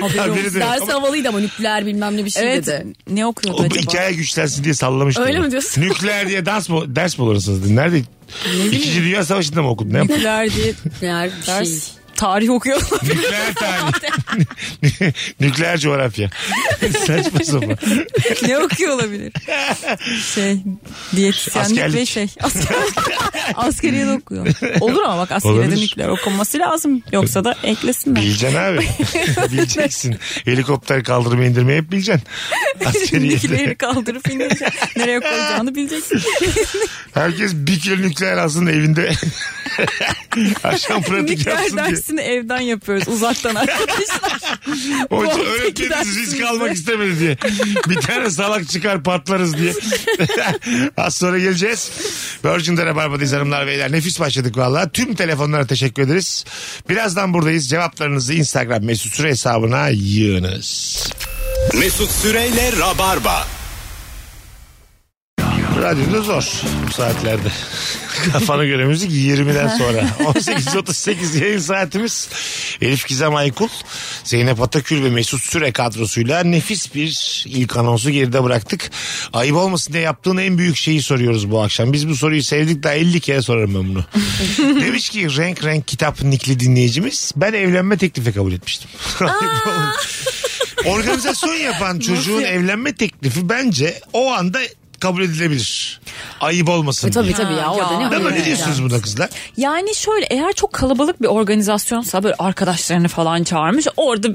Haberi de yok.
Dersi
Ama
havalıydı ama nükleer bilmem ne bir şey
Evet.
dedi.
Ne okuyordu
o
acaba?
hikaye güçlensin diye sallamıştım.
Öyle
onu.
mi diyorsun?
Nükleer diye dans mı, ders mi olursunuz? Nerede? İkinci Dünya Savaşı'nda mı okudun? Ne yaptın?
Nükleer diye
Nükleer bir şey.
ders. Tarih okuyor.
Nükleer tarih. Nükleer coğrafya. Saçma sapan.
ne okuyor olabilir? Şey, diyetisyenlik
Askerlik.
ve şey. Asker, askeriye de okuyor. Olur ama bak askeriyede
Olabilir.
nükleer okunması lazım. Yoksa da eklesinler.
Bileceksin abi. Bileceksin. Helikopter kaldırma indirme hep bileceksin. Askeriyede.
Nükleeri kaldırıp indirecek. Nereye koyacağını bileceksin.
Herkes bir kilo nükleer alsın evinde. Akşam pratik
nükleer
yapsın diye.
dersini evden yapıyoruz uzaktan arkadaşlar.
Hoca
Portekiz
öğretmeniniz risk
dersimizi.
almak istemedi diye. Bir tane salak çıkar patlarız diye. Az sonra geleceğiz. Virgin'de Rabarba'dayız hanımlar beyler. Nefis başladık valla. Tüm telefonlara teşekkür ederiz. Birazdan buradayız. Cevaplarınızı Instagram mesut süre hesabına yığınız.
Mesut Süreyle Rabarba.
Radyoda zor bu saatlerde. Kafana göre müzik 20'den sonra. 18.38 yayın saatimiz. Elif Gizem Aykul, Zeynep Atakül ve Mesut Süre kadrosuyla nefis bir ilk anonsu geride bıraktık. Ayıp olmasın diye yaptığın en büyük şeyi soruyoruz bu akşam. Biz bu soruyu sevdik daha 50 kere sorarım ben bunu. Demiş ki renk renk kitap nikli dinleyicimiz ben evlenme teklifi kabul etmiştim. Ayıp olmasın. Organizasyon yapan çocuğun evlenme teklifi bence o anda kabul edilebilir. Ayıp
E,
olmasın
E, Tabii
diye.
tabii ya orada ne
Değil mi?
var
Ne
ya?
diyorsunuz buna kızlar?
Yani şöyle eğer çok kalabalık bir organizasyonsa böyle arkadaşlarını falan çağırmış orada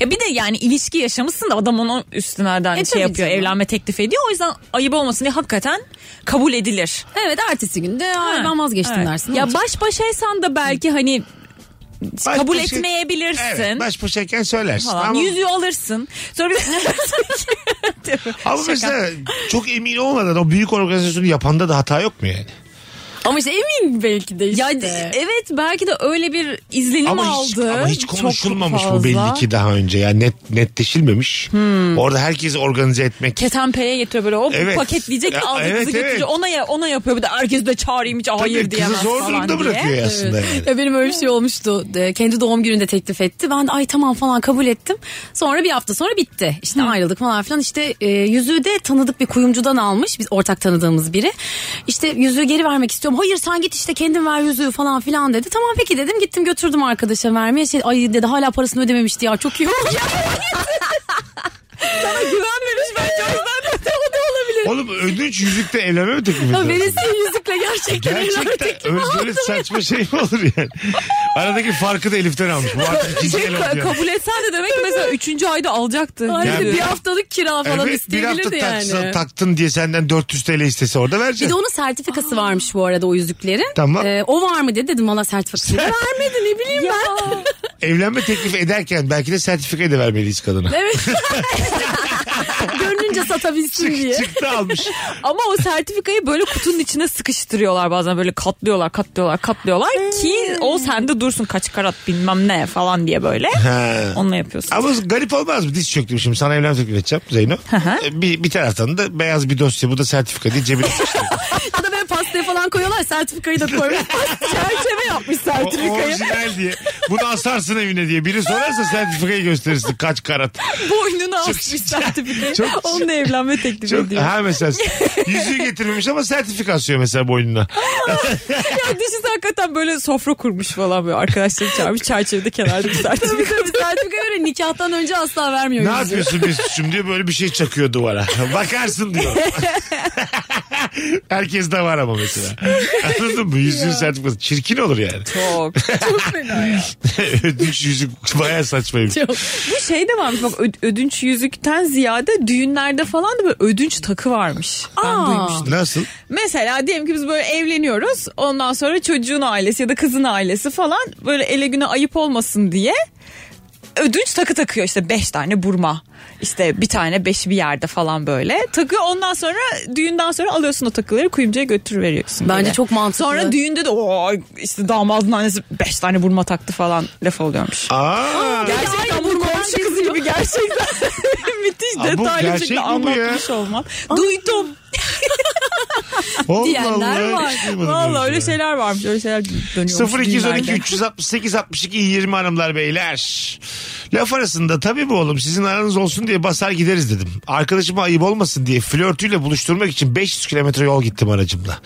ya bir de yani ilişki yaşamışsın da adam onun üstünden
E
şey
tabii
yapıyor
canım.
evlenme teklif ediyor o yüzden ayıp olmasın diye hakikaten kabul edilir.
Evet ertesi günde ay ben vazgeçtim
Evet.
dersin.
Ya
Olacak.
baş başaysan da belki hani kabul
başa-
etmeyebilirsin.
Evet, baş başayken söylersin.
falan.
Ama,
Yüzüğü alırsın. Sonra bir de
ama mesela çok emin olmadan o büyük organizasyonu yapanda da hata yok mu yani?
Ama işte emin belki de işte.
Ya de- evet belki de öyle bir izlenim
Ama hiç,
aldı.
ama hiç
Çok
konuşulmamış bu
fazla. Hmm.
belli ki daha önce. Yani net netleşilmemiş. Orada herkesi organize etmek.
Ketenpeye getiriyor böyle o
Evet.
paketleyecek
Ya,
alacak
evet,
kızı getiriyor
evet.
ona ya, ona yapıyor bir de herkes de çağırayım hiç hayır
Tabii kızı
diyemez
zor
falan
durumda
diye.
bırakıyor aslında yani.
Ya benim öyle bir şey olmuştu. De, kendi doğum gününde teklif etti. Ben de ay tamam falan kabul ettim. Sonra bir hafta sonra bitti. İşte ayrıldık falan filan. İşte e, yüzüğü de tanıdık bir kuyumcudan almış. Biz ortak tanıdığımız biri. İşte yüzüğü geri vermek istiyorum. Hayır sen git işte kendin ver yüzüğü falan filan dedi. Tamam peki dedim. Gittim götürdüm arkadaşa vermeye. Şey, ay dedi hala parasını ödememişti ya. Çok iyi oldu. Sana güvenmemiş bence o yüzden de o da olabilir.
Oğlum ödünç yüzükte evlenme mi teklif ediyorsun?
Ya verirsin yüzükle
E,
gerçekten. evlenme
Gerçekten
teklifi
öyle böyle saçma şey mi olur yani? Aradaki farkı da Elif'ten almış. Bu artık ikinci
Şey,
el oldu yani.
kabul etsen de demek ki mesela üçüncü ayda alacaktı.
Ay,
Yani-
bir haftalık kira falan
Evet bir hafta
isteyebilirdi yani.
taksa- taktın diye senden 400 TL istese orada
Bir de
vereceksin.
onun sertifikası varmış bu arada o yüzüklerin.
Tamam.
Ee, o var mı dedi. Dedim valla sertifikasını vermedi ne bileyim ben.
Evlenme teklif ederken belki de sertifikayı da vermeliyiz kadına.
Görününce satabilsin diye.
Çıktı almış.
Ama o sertifikayı böyle kutunun içine sıkıştırıyorlar bazen böyle katlıyorlar katlıyorlar katlıyorlar ki o sende dursun kaç karat bilmem ne falan diye böyle.
Ha.
Onunla yapıyorsun.
Ama garip olmaz mı? Diz çöktüm şimdi. Sana evlenme teklif edeceğim Zeyno. Ee, bir, bir taraftan da beyaz bir dosya. Bu da sertifika diye cebine sıkıştı.
Ya da böyle pastaya falan koyuyorlar sertifikayı da koymuş.
Çerçeve yapmış
O- Orijinal diye. Bunu asarsın evine diye. Biri sorarsa sertifikayı gösterirsin. Kaç karat.
Boynuna asmış
Çok-
sertifikayı.
çok-
Onunla evlenme teklif
Çok,
ediyor.
ha mesela yüzüğü getirmemiş ama sertifika asıyor mesela boynuna.
Ya dişisi hakikaten böyle sofra kurmuş falan böyle arkadaşları çağırmış çerçevede kenarda bir sertifika.
Sertifika böyle nikahtan önce asla vermiyor
Ne
yüzüğü.
yapıyorsun Mesut'cum diye böyle bir şey çakıyor duvara. Bakarsın diyor. Herkes de var ama mesela. Anladın mı? Yüzüğün sertifikası. Çirkin olur yani.
Çok.
Ödünç yüzük baya saçmaymış.
Bu şey de varmış bak ö- ödünç yüzükten ziyade düğünlerde falan da böyle ödünç takı varmış. Ben
Aa.
duymuştum.
Nasıl?
Mesela diyelim ki biz böyle evleniyoruz. Ondan sonra çocuğun ailesi ya da kızın ailesi falan böyle ele güne ayıp olmasın diye ödünç takı takıyor işte beş tane burma. İşte bir tane beşi bir yerde falan böyle. Takıyor ondan sonra düğünden sonra alıyorsun o takıları kuyumcuya götürüveriyorsun.
Bence
böyle.
çok mantıklı.
Sonra düğünde de o işte damadın annesi beş tane burma taktı falan laf oluyormuş.
Aa,
Gerçekten bu komşu kızı gibi gerçekten müthiş
Aa, bu
detaylı bir
gerçek
şekilde
mi bu ya?
anlatmış olmam. Duydum.
Allah
diyenler
Allah,
var.
hiç duymadım
Vallahi
böyle
öyle
şey.
şeyler varmış. Öyle şeyler dönüyormuş.
0212
düğünlerde.
368 62 20 hanımlar beyler. Laf arasında tabii bu oğlum sizin aranız olsun diye basar gideriz dedim. Arkadaşıma ayıp olmasın diye flörtüyle buluşturmak için 500 kilometre yol gittim aracımla.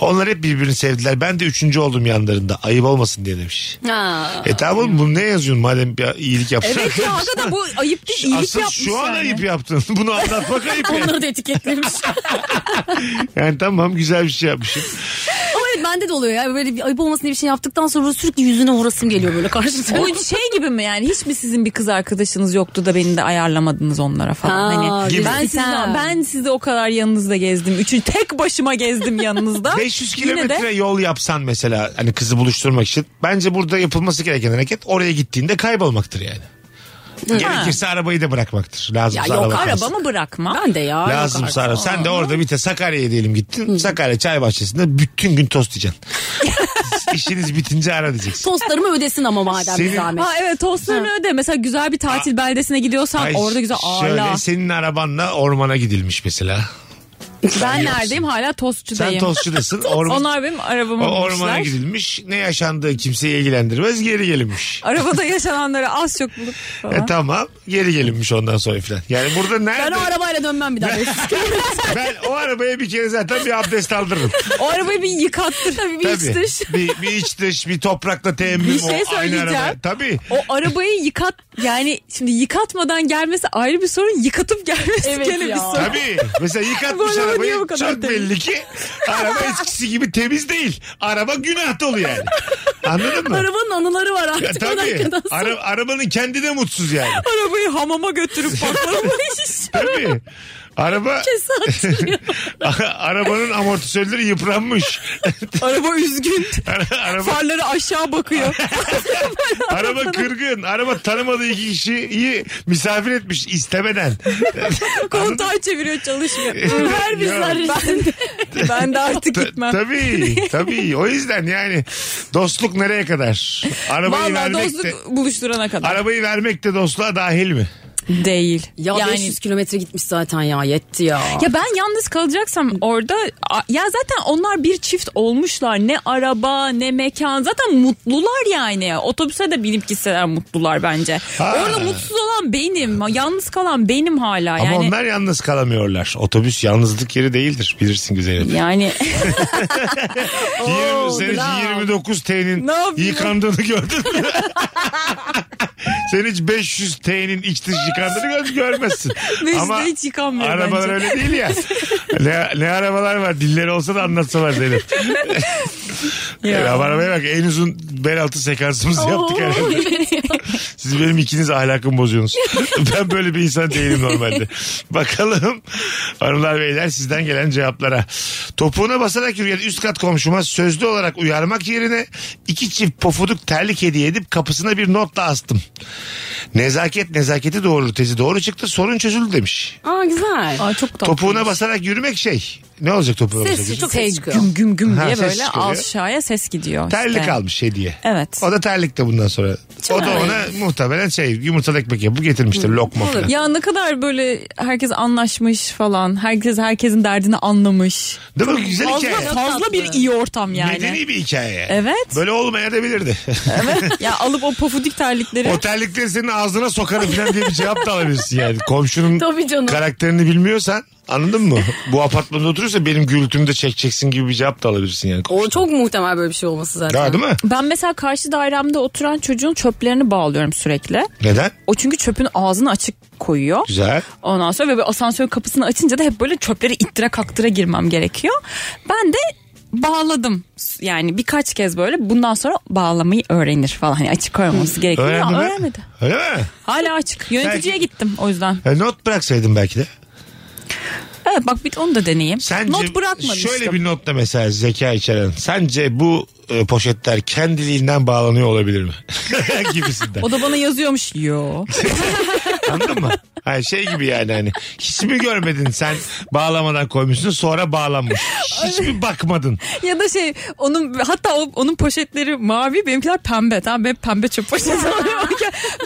Onlar hep birbirini sevdiler. Ben de üçüncü oldum yanlarında. Ayıp olmasın diye demiş.
Ha.
E tamam oğlum bunu ne yazıyorsun madem bir iyilik yapsın.
Evet ya aga da bu ayıp değil iyilik
Asıl
yapmış
şu an
yani.
ayıp yaptın. Bunu anlatmak ayıp. yani.
Onları da etiketlemiş.
Yani tamam güzel bir şey yapmışım.
Ama evet bende de oluyor ya. Böyle bir ayıp olmasın diye bir şey yaptıktan sonra sürekli yüzüne vurasım geliyor böyle karşısına.
O şey gibi mi yani hiç mi sizin bir kız arkadaşınız yoktu da beni de ayarlamadınız onlara falan
Ha,
hani
gibi.
ben sizi
Sen.
ben sizi o kadar yanınızda gezdim. Üçü tek başıma gezdim yanınızda.
500
Yine de
kilometre yol yapsan mesela hani kızı buluşturmak için bence burada yapılması gereken hareket oraya gittiğinde kaybolmaktır yani. Gerekirse arabayı da bırakmaktır. Lazım
ya yok arabamı bırakma.
Ben de ya.
Lazım sana. Sen de orada bir de Sakarya'ya diyelim gittin. Sakarya çay bahçesinde bütün gün tost yiyeceksin. İşiniz bitince ara diyeceksin.
Tostlarımı ödesin ama madem
Senin-
bir zahmet.
Ha evet tostlarını öde. Mesela güzel bir tatil beldesine gidiyorsan
Ay,
orada güzel
Şöyle
ağla.
senin arabanla ormana gidilmiş mesela.
Ben neredeyim? Hala tostçudayım.
Sen tostçudasın. orman,
Onlar benim
o
arabama
ormana
binmişler.
gidilmiş. Ne yaşandığı kimseyi ilgilendirmez. Geri gelinmiş.
Arabada yaşananları az çok bulup falan.
E tamam geri gelinmiş ondan sonra filan. Yani burada
Ben
nerede?
o arabayla dönmem bir daha.
Ben o arabaya bir kere zaten bir abdest aldırırım.
O arabayı bir yıkattır. Tabii
Tabii. Bir, bir iç dış bir toprakla teyemmüm.
Bir şey
o aynı
söyleyeceğim.
arabaya. Tabii.
O arabayı yıkat yani şimdi yıkatmadan gelmesi ayrı bir sorun yıkatıp gelmesi
Evet
gene
ya.
bir sorun.
Tabii. Mesela yıkatmış
Bu araba
arabayı
niye bu
çok
kadar temiz?
belli ki araba eskisi gibi temiz değil. Araba günah dolu yani. Anladın mı?
Arabanın anıları var
Ya
artık. o
tabii.
dakikadan sonra.
Ara- arabanın kendi de mutsuz yani.
Arabayı hamama götürüp bakalım.
Tabii. Araba arabanın amortisörleri yıpranmış.
Araba üzgün.
Ara- araba
Farları aşağı bakıyor.
Araba kırgın. Araba tanımadığı iki kişiyi misafir etmiş istemeden.
Kontağı çeviriyor çalışmıyor. Ver
Ya.
bizler. Ben, ben de artık gitmem.
tabii tabii. O yüzden yani dostluk nereye kadar? Arabayı
Vallahi
vermek de
dostluk buluşturana kadar.
arabayı vermek de dostluğa dahil mi?
Değil.
Ya 500 kilometre gitmiş zaten ya yetti ya.
Ya ben yalnız kalacaksam orada a- ya zaten onlar bir çift olmuşlar. Ne araba ne mekan zaten mutlular yani. Otobüse de binip gitseler mutlular bence.
Ha.
Orada mutsuz olan benim. Yalnız kalan benim hala yani.
Ama onlar yalnız kalamıyorlar. Otobüs yalnızlık yeri değildir. Bilirsin güzelim.
Yani
20 sen
bravo.
hiç 29 T'nin
Ne yapıyorsun?
yıkandığını gördün mü? sen hiç 500 T'nin iç dış yıkandığını gör- görmezsin.
500 hiç yıkanmıyor
Arabalar
bence.
öyle değil ya. ne, ne arabalar var dilleri olsa da anlatsalar Zeynep.
Ya.
Ya. arabaya bak en uzun bel altı sekansımızı yaptık herhalde. Siz benim ikiniz ahlakımı bozuyorsunuz. ben böyle bir insan değilim normalde. Bakalım hanımlar beyler sizden gelen cevaplara. Topuğuna basarak yürüyen üst kat komşuma sözlü olarak uyarmak yerine iki çift pofuduk terlik hediye edip kapısına bir notla astım. Nezaket nezaketi doğurur tezi doğru çıktı sorun çözüldü demiş.
Aa güzel.
Aa, çok tatlı.
Topuğuna basarak yürümek şey. Ne olacak topuğuna basarak
Sessiz
yürümek?
çok ses çıkıyor.
Şey, güm güm güm
Ha,
diye
ses
böyle
çıkıyor.
aşağıya ses gidiyor.
Terlik
işte.
almış hediye.
Evet.
O da terlik de bundan sonra. o da ona muhtemelen şey yumurtalı ekmek yapıp getirmiştir lokma falan.
Ya ne kadar böyle herkes anlaşmış falan. Herkes herkesin derdini anlamış.
Değil mi? Güzel
Fazla,
hikaye.
fazla bir iyi ortam yani.
Medeni bir hikaye.
Evet.
Böyle olmayabilirdi.
ya alıp o pofudik terlikleri.
o terlikleri senin ağzına sokarım falan diye bir cevap da alabilirsin yani. Komşunun
Tabii canım.
karakterini bilmiyorsan anladın mı? Bu apartmanda oturuyorsa benim gürültümü de çekeceksin gibi bir cevap da alabilirsin yani.
O çok muhtemel böyle bir şey olması zaten.
Ya, değil mi?
Ben mesela karşı dairemde oturan çocuğun çöplerini bağlıyorum sürekli.
Neden?
O çünkü çöpün ağzını açık koyuyor.
Güzel.
Ondan sonra ve böyle asansör kapısını açınca da hep böyle çöpleri ittire kaktıra girmem gerekiyor. Ben de bağladım. Yani birkaç kez böyle bundan sonra bağlamayı öğrenir falan. Hani açık koymaması gerekiyor.
Öğrendi
Ya,
mi?
öğrenmedi.
Öyle mi?
Hala açık. Yöneticiye
Belki-
gittim o yüzden.
E, not bıraksaydın belki de.
Evet bak bir onu da deneyeyim.
Sence
Not bırakmamıştım.
şöyle bir notla mesela zeka içeren. Sence bu e, poşetler kendiliğinden bağlanıyor olabilir mi? Gibisinden.
O da bana yazıyormuş. Yo.
Anladın mı? Hayır, şey gibi yani hani hiç mi görmedin sen bağlamadan koymuşsun sonra bağlanmış. Hiç mi bakmadın?
ya da şey onun hatta o- onun poşetleri mavi benimkiler pembe. Tamam ben pembe çöp poşeti alıyorum.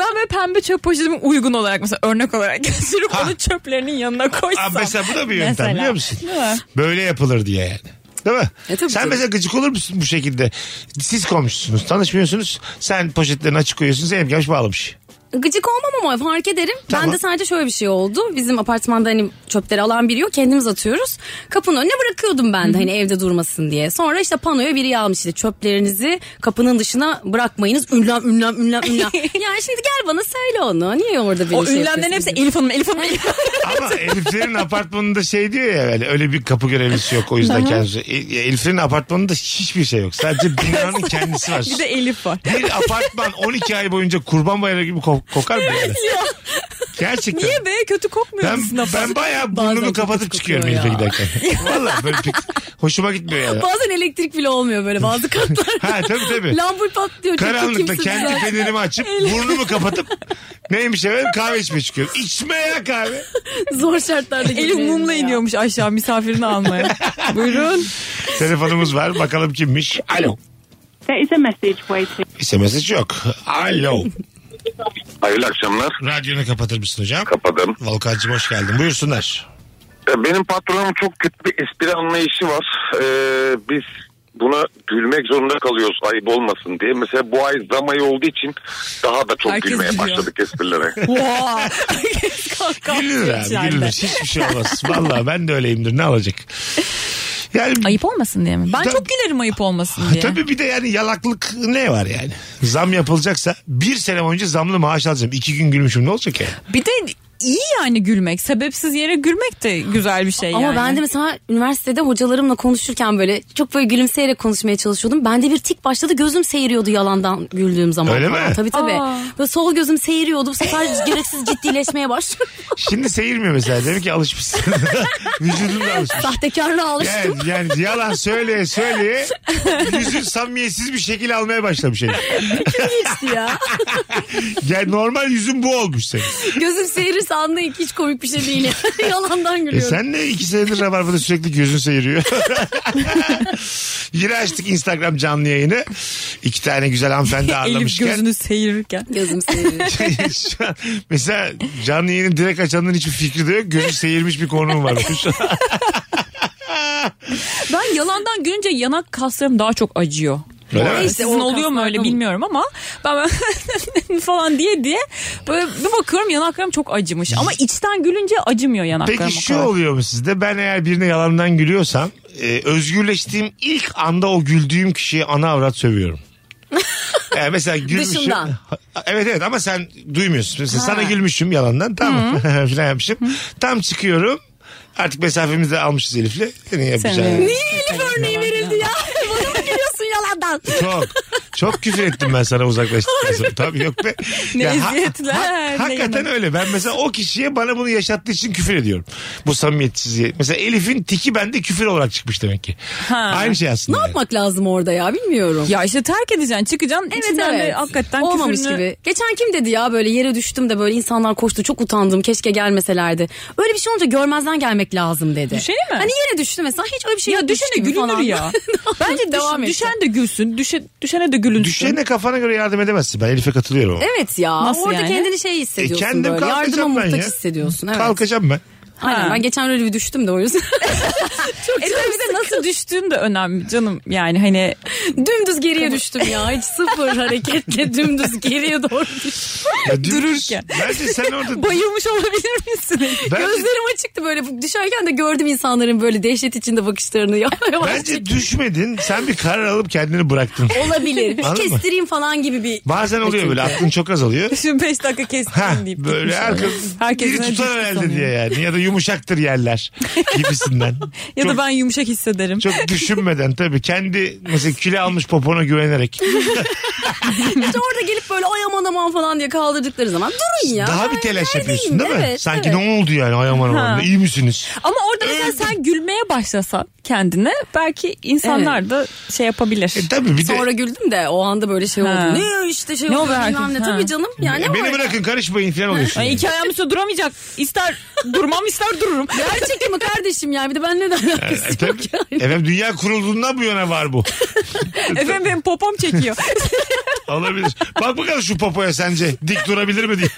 ben böyle pembe çöp poşetimi uygun olarak mesela örnek olarak gösterip
Ha.
onun çöplerinin yanına koysam.
Aa, mesela bu da bir yöntem
Mesela.
biliyor musun?
Değil mi?
Böyle yapılır diye yani. Değil mi?
E, tabii
sen
tabii.
mesela gıcık olur musun bu şekilde? Siz komşusunuz tanışmıyorsunuz. Sen poşetlerini açık koyuyorsun. Zeynep gelmiş bağlamış.
Gıcık olmam ama fark ederim.
Tamam.
Ben de sadece şöyle bir şey oldu. Bizim apartmanda hani çöpleri alan biri yok. Kendimiz atıyoruz. Kapının önüne bırakıyordum ben de hani evde durmasın diye. Sonra işte panoya biri almış işte çöplerinizi kapının dışına bırakmayınız. Ünlem ünlem ünlem ünlem. yani şimdi gel bana söyle onu. Niye orada beni
O
şey
ünlemlerin
yapıyorsun?
hepsi Elif Hanım, Elif Hanım, Elif Hanım.
Ama Elif'lerin apartmanında şey diyor ya yani öyle bir kapı görevlisi yok o yüzden kendisi. E- Elif'lerin apartmanında hiçbir şey yok. Sadece binanın kendisi var.
bir de Elif var.
Bir apartman 12 ay boyunca kurban bayrağı gibi ko- kokar mı? yani? Gerçekten.
Niye be kötü kokmuyor
Ben,
musun?
ben bayağı
Bazen
burnumu
çok
kapatıp
kötü
çıkıyorum
kokuyor
Elif'e
ya.
giderken. Vallahi böyle pek hoşuma gitmiyor yani.
Bazen elektrik bile olmuyor böyle bazı katlarda.
Ha tabii tabii.
Lambul patlıyor. çünkü
Karanlıkta
kimse
kendi
güzel.
fenerimi açıp burnumu kapatıp neymiş efendim kahve içmeye çıkıyorum. İçme ya kahve.
Zor şartlarda
Elif
geliyor
mumla
ya.
iniyormuş aşağı misafirini almaya. Buyurun.
Telefonumuz var bakalım kimmiş. Alo.
There is a message waiting.
SMS yok. Alo.
Hayırlı akşamlar.
Radyonu kapatır mısın hocam?
Kapadım.
Volkan'cığım hoş geldin. Buyursunlar.
Ya Benim patronum çok kötü bir espri anlayışı var. Ee, biz buna gülmek zorunda kalıyoruz ayıp olmasın diye. Mesela bu ay zam ayı olduğu için daha da çok
Herkes
gülmeye
gülüyor.
başladık esprilere.
Wow. Kalk, kalk
Gülünür
diyor
abi
içeride.
gülünür. Hiçbir şey olmaz. Valla ben de öyleyimdir ne olacak. Yani
Ayıp olmasın diye mi? Ben
Tabii.
çok gülerim ayıp olmasın diye.
Tabii bir de yani yalaklık ne var yani? Zam yapılacaksa bir sene boyunca zamlı maaş alacağım. İki gün gülmüşüm ne olacak yani?
Bir de iyi yani gülmek. Sebepsiz yere gülmek de güzel bir şey
Ama
yani.
ben de mesela üniversitede hocalarımla konuşurken böyle çok böyle gülümseyerek konuşmaya çalışıyordum. Bende bir tik başladı gözüm seyiriyordu yalandan güldüğüm zaman.
Öyle mi?
falan. Tabii tabii.
Aa.
Böyle sol gözüm seyiriyordu. Bu sefer gereksiz ciddileşmeye başladı.
Şimdi seyirmiyor mesela. Demek ki alışmışsın. Vücudun da alışmış.
Sahtekarlığa alıştım.
Yani, yani yalan söyleye söyleye yüzün samimiyetsiz bir şekil almaya başlamış herif.
Geçti ya.
Yani normal yüzün bu olmuş senin.
Gözüm seyirirse anlayın ki hiç komik bir şey değil. yalandan
E
gülüyorum.
sen de iki senedir rabarbada sürekli gözün seyiriyor. Yine açtık Instagram canlı yayını. İki tane güzel hanımefendi
Elif
ağırlamışken.
gözünü seyirirken.
Gözüm seyirir.
Şu an mesela canlı yayının direkt açanların hiçbir fikri de yok. Gözü seyirmiş bir konum var.
Ben yalandan gülünce yanak kaslarım daha çok acıyor.
Öyle mi?
Neyse, Sizin
o
oluyor mu öyle
kaslardan-
bilmiyorum ama ben böyle falan diye diye böyle bir bakıyorum yanaklarım çok acımış. Ama içten gülünce acımıyor yanaklarım.
Peki
o
şu
kadar.
oluyor mu sizde? Ben eğer birine yalandan gülüyorsam e, özgürleştiğim ilk anda o güldüğüm kişiye ana avrat sövüyorum. Yani mesela gülmüşüm.
Dışından.
Ha- Evet evet ama sen duymuyorsun. Mesela sana gülmüşüm yalandan tamam mı? falan yapmışım. Tam çıkıyorum. Artık mesafemizi de almışız Elif'le. Senin yapacağın. şey.
Niye
Elif örneği verildi ya. Bana mı gülüyorsun yalandan?
Çok. Çok küfür ettim ben sana uzaklaştıktan sonra. Tabii yok be.
Ne
ha- ha-
eziyetler, ne
hakikaten
yemek.
öyle. Ben mesela o kişiye bana bunu yaşattığı için küfür ediyorum. Bu samimiyetsizliği. Mesela Elif'in tiki bende küfür olarak çıkmış demek ki. Aynı şey aslında.
Ne
yani.
yapmak lazım orada ya bilmiyorum.
Ya işte terk edeceksin çıkacaksın
Evet
içinden
evet.
de hakikaten
Olmamış
küfrünü...
gibi. Geçen kim dedi ya böyle yere düştüm de böyle insanlar koştu çok utandım keşke gelmeselerdi. Öyle bir şey olunca görmezden gelmek lazım dedi.
Düşeni şey mi?
Hani yere düştü mesela hiç öyle bir şey
Ya
yokmuş
düşene
gibi
gülünür
falan.
ya. Bence
Devam
devam
et.
Düşen de gülsün. Düşe, düşene de gülünsün.
Düşene kafana göre yardım edemezsin. Ben Elif'e katılıyorum. ama.
Evet ya
Nasıl
orada
yani?
kendini şey hissediyorsun
E, kendim
böyle yardıma
kalkacağım ben
muhtaç
ya.
hissediyorsun. Evet.
Kalkacağım ben.
Aynen
Ha.
ben geçen öyle bir düştüm de o yüzden.
E tabii de nasıl düştüğüm de önemli canım. Yani hani
dümdüz geriye düştüm ya hiç sıfır hareketle dümdüz geriye doğru düştüm.
Ya dümdüz-
Dururken.
Bence sen orada...
bayılmış olabilir misin?
Bence-
Gözlerim açıktı böyle bu- düşerken de gördüm insanların böyle dehşet içinde bakışlarını. Ya, yavaş
Bence
çekil.
düşmedin. Sen bir karar alıp kendini bıraktın.
Olabilir. Bir şey
Anladın mı?
kestireyim falan gibi bir
Bazen oluyor böyle aklın çok az oluyor.
Şimdi 5 dakika kestim
Ha,
deyip
böyle
gitmiş
herkes,
Herkes
biri
öyle
tutar
düştü
herhalde
sanıyor.
diye yani ya da yumuşaktır yerler gibisinden.
Ya
Çok-
da ben yumuşak hissederim.
Çok düşünmeden tabii kendi mesela kilo almış popona güvenerek.
İşte orada gelip böyle ay aman aman falan diye kaldırdıkları zaman durun ya.
Daha bir
Ben
telaş
neredeyim?
yapıyorsun değil mi?
Evet,
Sanki
evet.
ne oldu yani ayağım
Ha.
aman iyi misiniz?
Ama orada mesela sen gülmeye başlasan kendine belki insanlar da şey yapabilir.
E tabii bir de
Sonra güldüm de o anda böyle şey
Ha.
oldu. Ne işte şey
Ne
oldu
oldu
bilmem
herkes?
ne.
Ha.
Tabii canım yani.
E,
ne
beni
var?
bırakın karışmayın falan oluyorsun.
Ay,
yani.
iki ayağım üstü duramayacak. İster durmam ister dururum.
Gerçek mi kardeşim yani bir de ben ne alakası
E, tabii.
yok yani.
Efendim dünya kurulduğundan bu yana var bu.
Efendim benim popom çekiyor.
Olabilir. Bak bakalım şu popoya sence dik durabilir mi diye.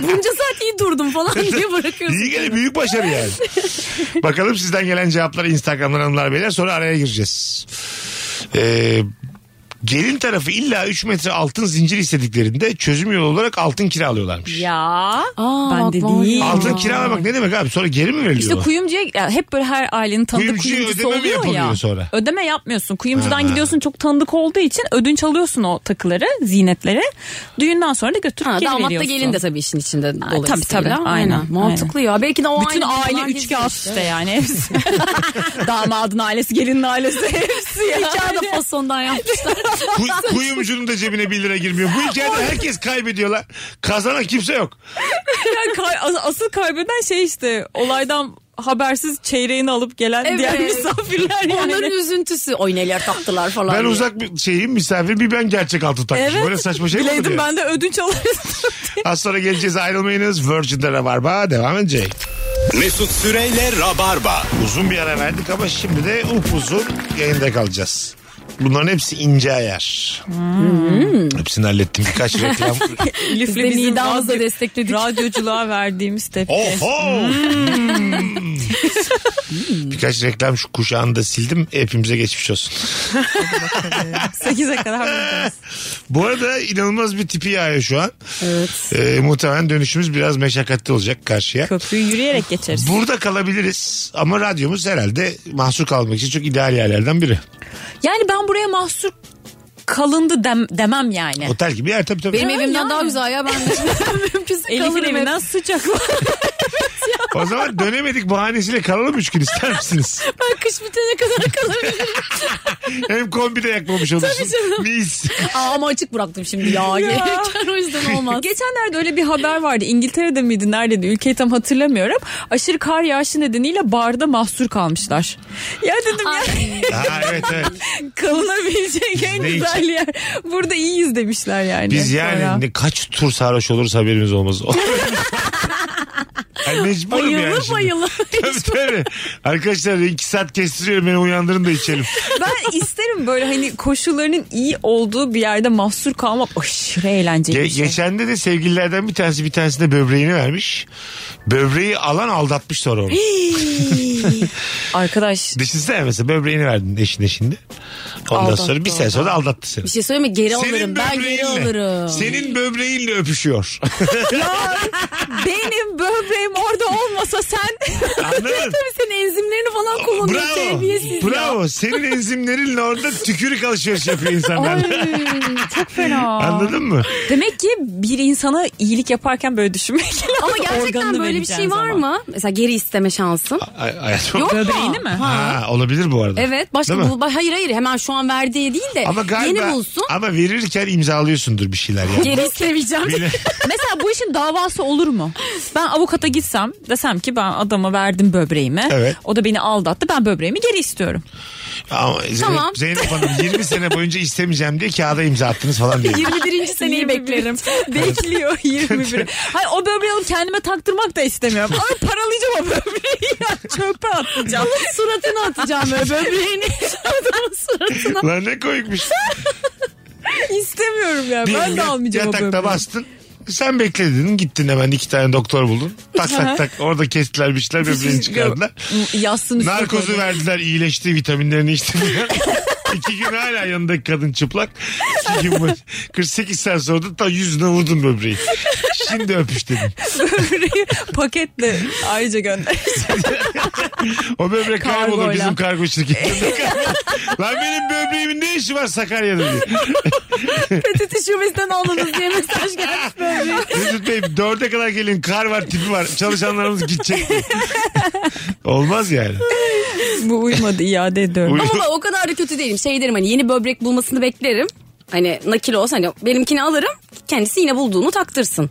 Bunca saat iyi durdum falan diye bırakıyorsun.
İyi gene büyük başarı yani. Bakalım sizden gelen cevapları Instagram'dan hanımlar beyler sonra araya gireceğiz. Ee, gelin tarafı illa 3 metre altın zincir istediklerinde çözüm yolu olarak altın kiralıyorlarmış.
ya.
Aa,
ben de
aklıma
değil.
geldi.
Altın kiralamak ne demek abi sonra geri mi veriliyor?
İşte kuyumcuya ya hep böyle her ailenin tanıdık
Kuyumcuya
kuyumcusu
ödeme mi
oluyor
yapılıyor
ya.
sonra?
Ödeme yapmıyorsun. Kuyumcudan
Ha.
gidiyorsun çok tanıdık olduğu için ödünç alıyorsun o takıları, ziynetleri. Düğünden sonra da götürüp
Ha,
geri
damat da
veriyorsun.
gelin de tabii işin içinde dolayısıyla.
tabii, aynen, aynen.
Mantıklı ya. Belki de o
Bütün
aynı
aile
falan
üç kağıt
gezmiş.
işte yani hepsi. Damadın ailesi, gelinin ailesi hepsi yani.
Kağıda fasondan yapmışlar.
Kuy- kuyumcunun da cebine 1 lira girmiyor. Bu hikayede herkes kaybediyor lan. Kazanan kimse yok.
Yani kay- as- asıl kaybeden şey işte olaydan habersiz çeyreğini alıp gelen
Evet.
diğer misafirler yani. Hani
Onların üzüntüsü. Oy neler taktılar falan.
Ben
diye.
uzak bir şeyim misafir bir ben gerçek altın takmışım. Böyle saçma şey mi olur
Bileydim
ya?
ben de ödünç alırdım.
Az sonra geleceğiz ayrılmayınız. Virgin'de Rabarba devam edecek.
Mesut Süreyle Rabarba.
Uzun bir ara verdik ama şimdi de upuzun yayında kalacağız. Bunların hepsi ince ayar.
Hmm.
Hepsini hallettim. Birkaç reklam.
Biz de nidamızla destekledik.
radyoculuğa verdiğimiz tepki.
Oho! Hmm. Birkaç reklam şu kuşağını da sildim. Hepimize geçmiş olsun.
8'e kadar buradayız.
Bu arada inanılmaz bir tipi yağıyor şu an.
Evet.
Ee, muhtemelen dönüşümüz biraz meşakkatli olacak karşıya.
Köprüyü yürüyerek geçeriz.
Burada kalabiliriz ama radyomuz herhalde mahsur kalmak için çok ideal yerlerden biri.
Yani ben buraya mahsur kalındı dem- demem yani.
Otel gibi yer tabii tabii.
Benim
Ya,
evimden
yani.
daha güzel ya. Ben mümkünse
Elif'in
kalırım hep.
evinden sıcak.
O zaman dönemedik bahanesiyle kalalım üç gün ister misiniz?
Ben kış bitene kadar kalabilirim.
Hem kombi de yakmamış olursun. Mis.
Aa, ama açık bıraktım şimdi ya. Gereken o yüzden olmaz.
Geçenlerde öyle bir haber vardı. İngiltere'de miydi neredeydi ülkeyi tam hatırlamıyorum. Aşırı kar yağışı nedeniyle barda mahsur kalmışlar. Ya dedim ya
Ha, evet evet.
kalınabilecek en
Ne
güzel yer. Burada iyiyiz demişler yani.
Biz
Sonra.
yani ne, kaç tur sarhoş oluruz haberimiz olmaz. Yani mecburum yani
Bayılır
şimdi.
bayılır.
Tabii, tabii. Arkadaşlar iki saat kestiriyorum beni uyandırın da içelim.
Ben isterim böyle hani koşullarının iyi olduğu bir yerde mahsur kalmak aşırı eğlenceli.
Ge-
bir şey.
geçen de de sevgililerden bir tanesi bir tanesine böbreğini vermiş. Böbreği alan aldatmış sonra onu.
Arkadaş
Düşünsene mesela böbreğini verdin eşine şimdi. Ondan
Aldattı,
sonra bir sene sonra aldattı seni.
Bir şey söyleme geri alırım. Ben geri alırım.
Senin böbreğinle öpüşüyor.
benim böbreğim orada olmasa sen
Anladın?
Tabii senin enzimlerini falan kullanıyor
Bravo.
terbiyesiz.
Bravo. Senin enzimlerinle orada tükürük alışverişi yapıyor insanlar.
çok fena.
Anladın mı?
Demek ki bir insana iyilik yaparken böyle düşünmek lazım.
Ama gerçekten
Organını
böyle bir şey
vereceğin
var
zaman.
mı? Mesela geri isteme şansın.
Ay, hayatım.
Yok mu?
Böbreğini mi?
Ha, olabilir bu arada.
Evet başka
Değil mi?
bu, hayır hayır hemen şu an verdiği değil de
Ama galiba
yeni bulsun.
ama verirken imzalıyorsundur bir şeyler yani.
Geri isteyeceğim.
Bile-
Mesela bu işin davası olur mu? Ben avukata gitsem desem ki ben adama verdim böbreğimi.
Evet.
O da beni aldattı ben böbreğimi geri istiyorum.
Ama Zeynep,
Tamam.
Zeynep Hanım 20 sene boyunca istemeyeceğim diye kağıda imza attınız falan diye.
21. seneyi
21.
beklerim.
Bekliyor 21. Hayır o böbreği alıp kendime taktırmak da istemiyorum. Ama paralayacağım o böbreği ya. Çöpe atacağım.
Suratını atacağım böyle böbreğini. Adamın suratına.
Lan ne koyukmuş.
İstemiyorum ya. Ben de
Yat-
almayacağım o
Yatakta
böbreği.
bastın. Sen bekledin gittin hemen iki tane doktor buldun. Tak tak tak orada kestiler bir şeyler böbreğini çıkardılar.
Yastığın üstüne
Narkozu
koydum.
verdiler iyileşti vitaminlerini içti. İki gün hala yanındaki kadın çıplak. 42 gün var. 48 saat sonra da ta yüzüne vurdum böbreği. Şimdi öpüş dedim.
Böbreği paketle ayrıca göndereceğim.
O böbrek kaybolur
Kargoyla.
bizim kargo şirketinde. Lan benim böbreğimin ne işi var Sakarya'da diye.
Petit şubesinden aldınız diye mesaj gelmiş böyle.
Mesut Bey dörde kadar gelin kar var tipi var. Çalışanlarımız gidecek. diye. Olmaz yani.
Bu uymadı iade ediyorum.
Uy-
Ama bak o kadar da kötü değilim. Şey derim hani yeni böbrek bulmasını beklerim. Hani nakil olsa hani benimkini alırım. Kendisi yine bulduğunu taktırsın.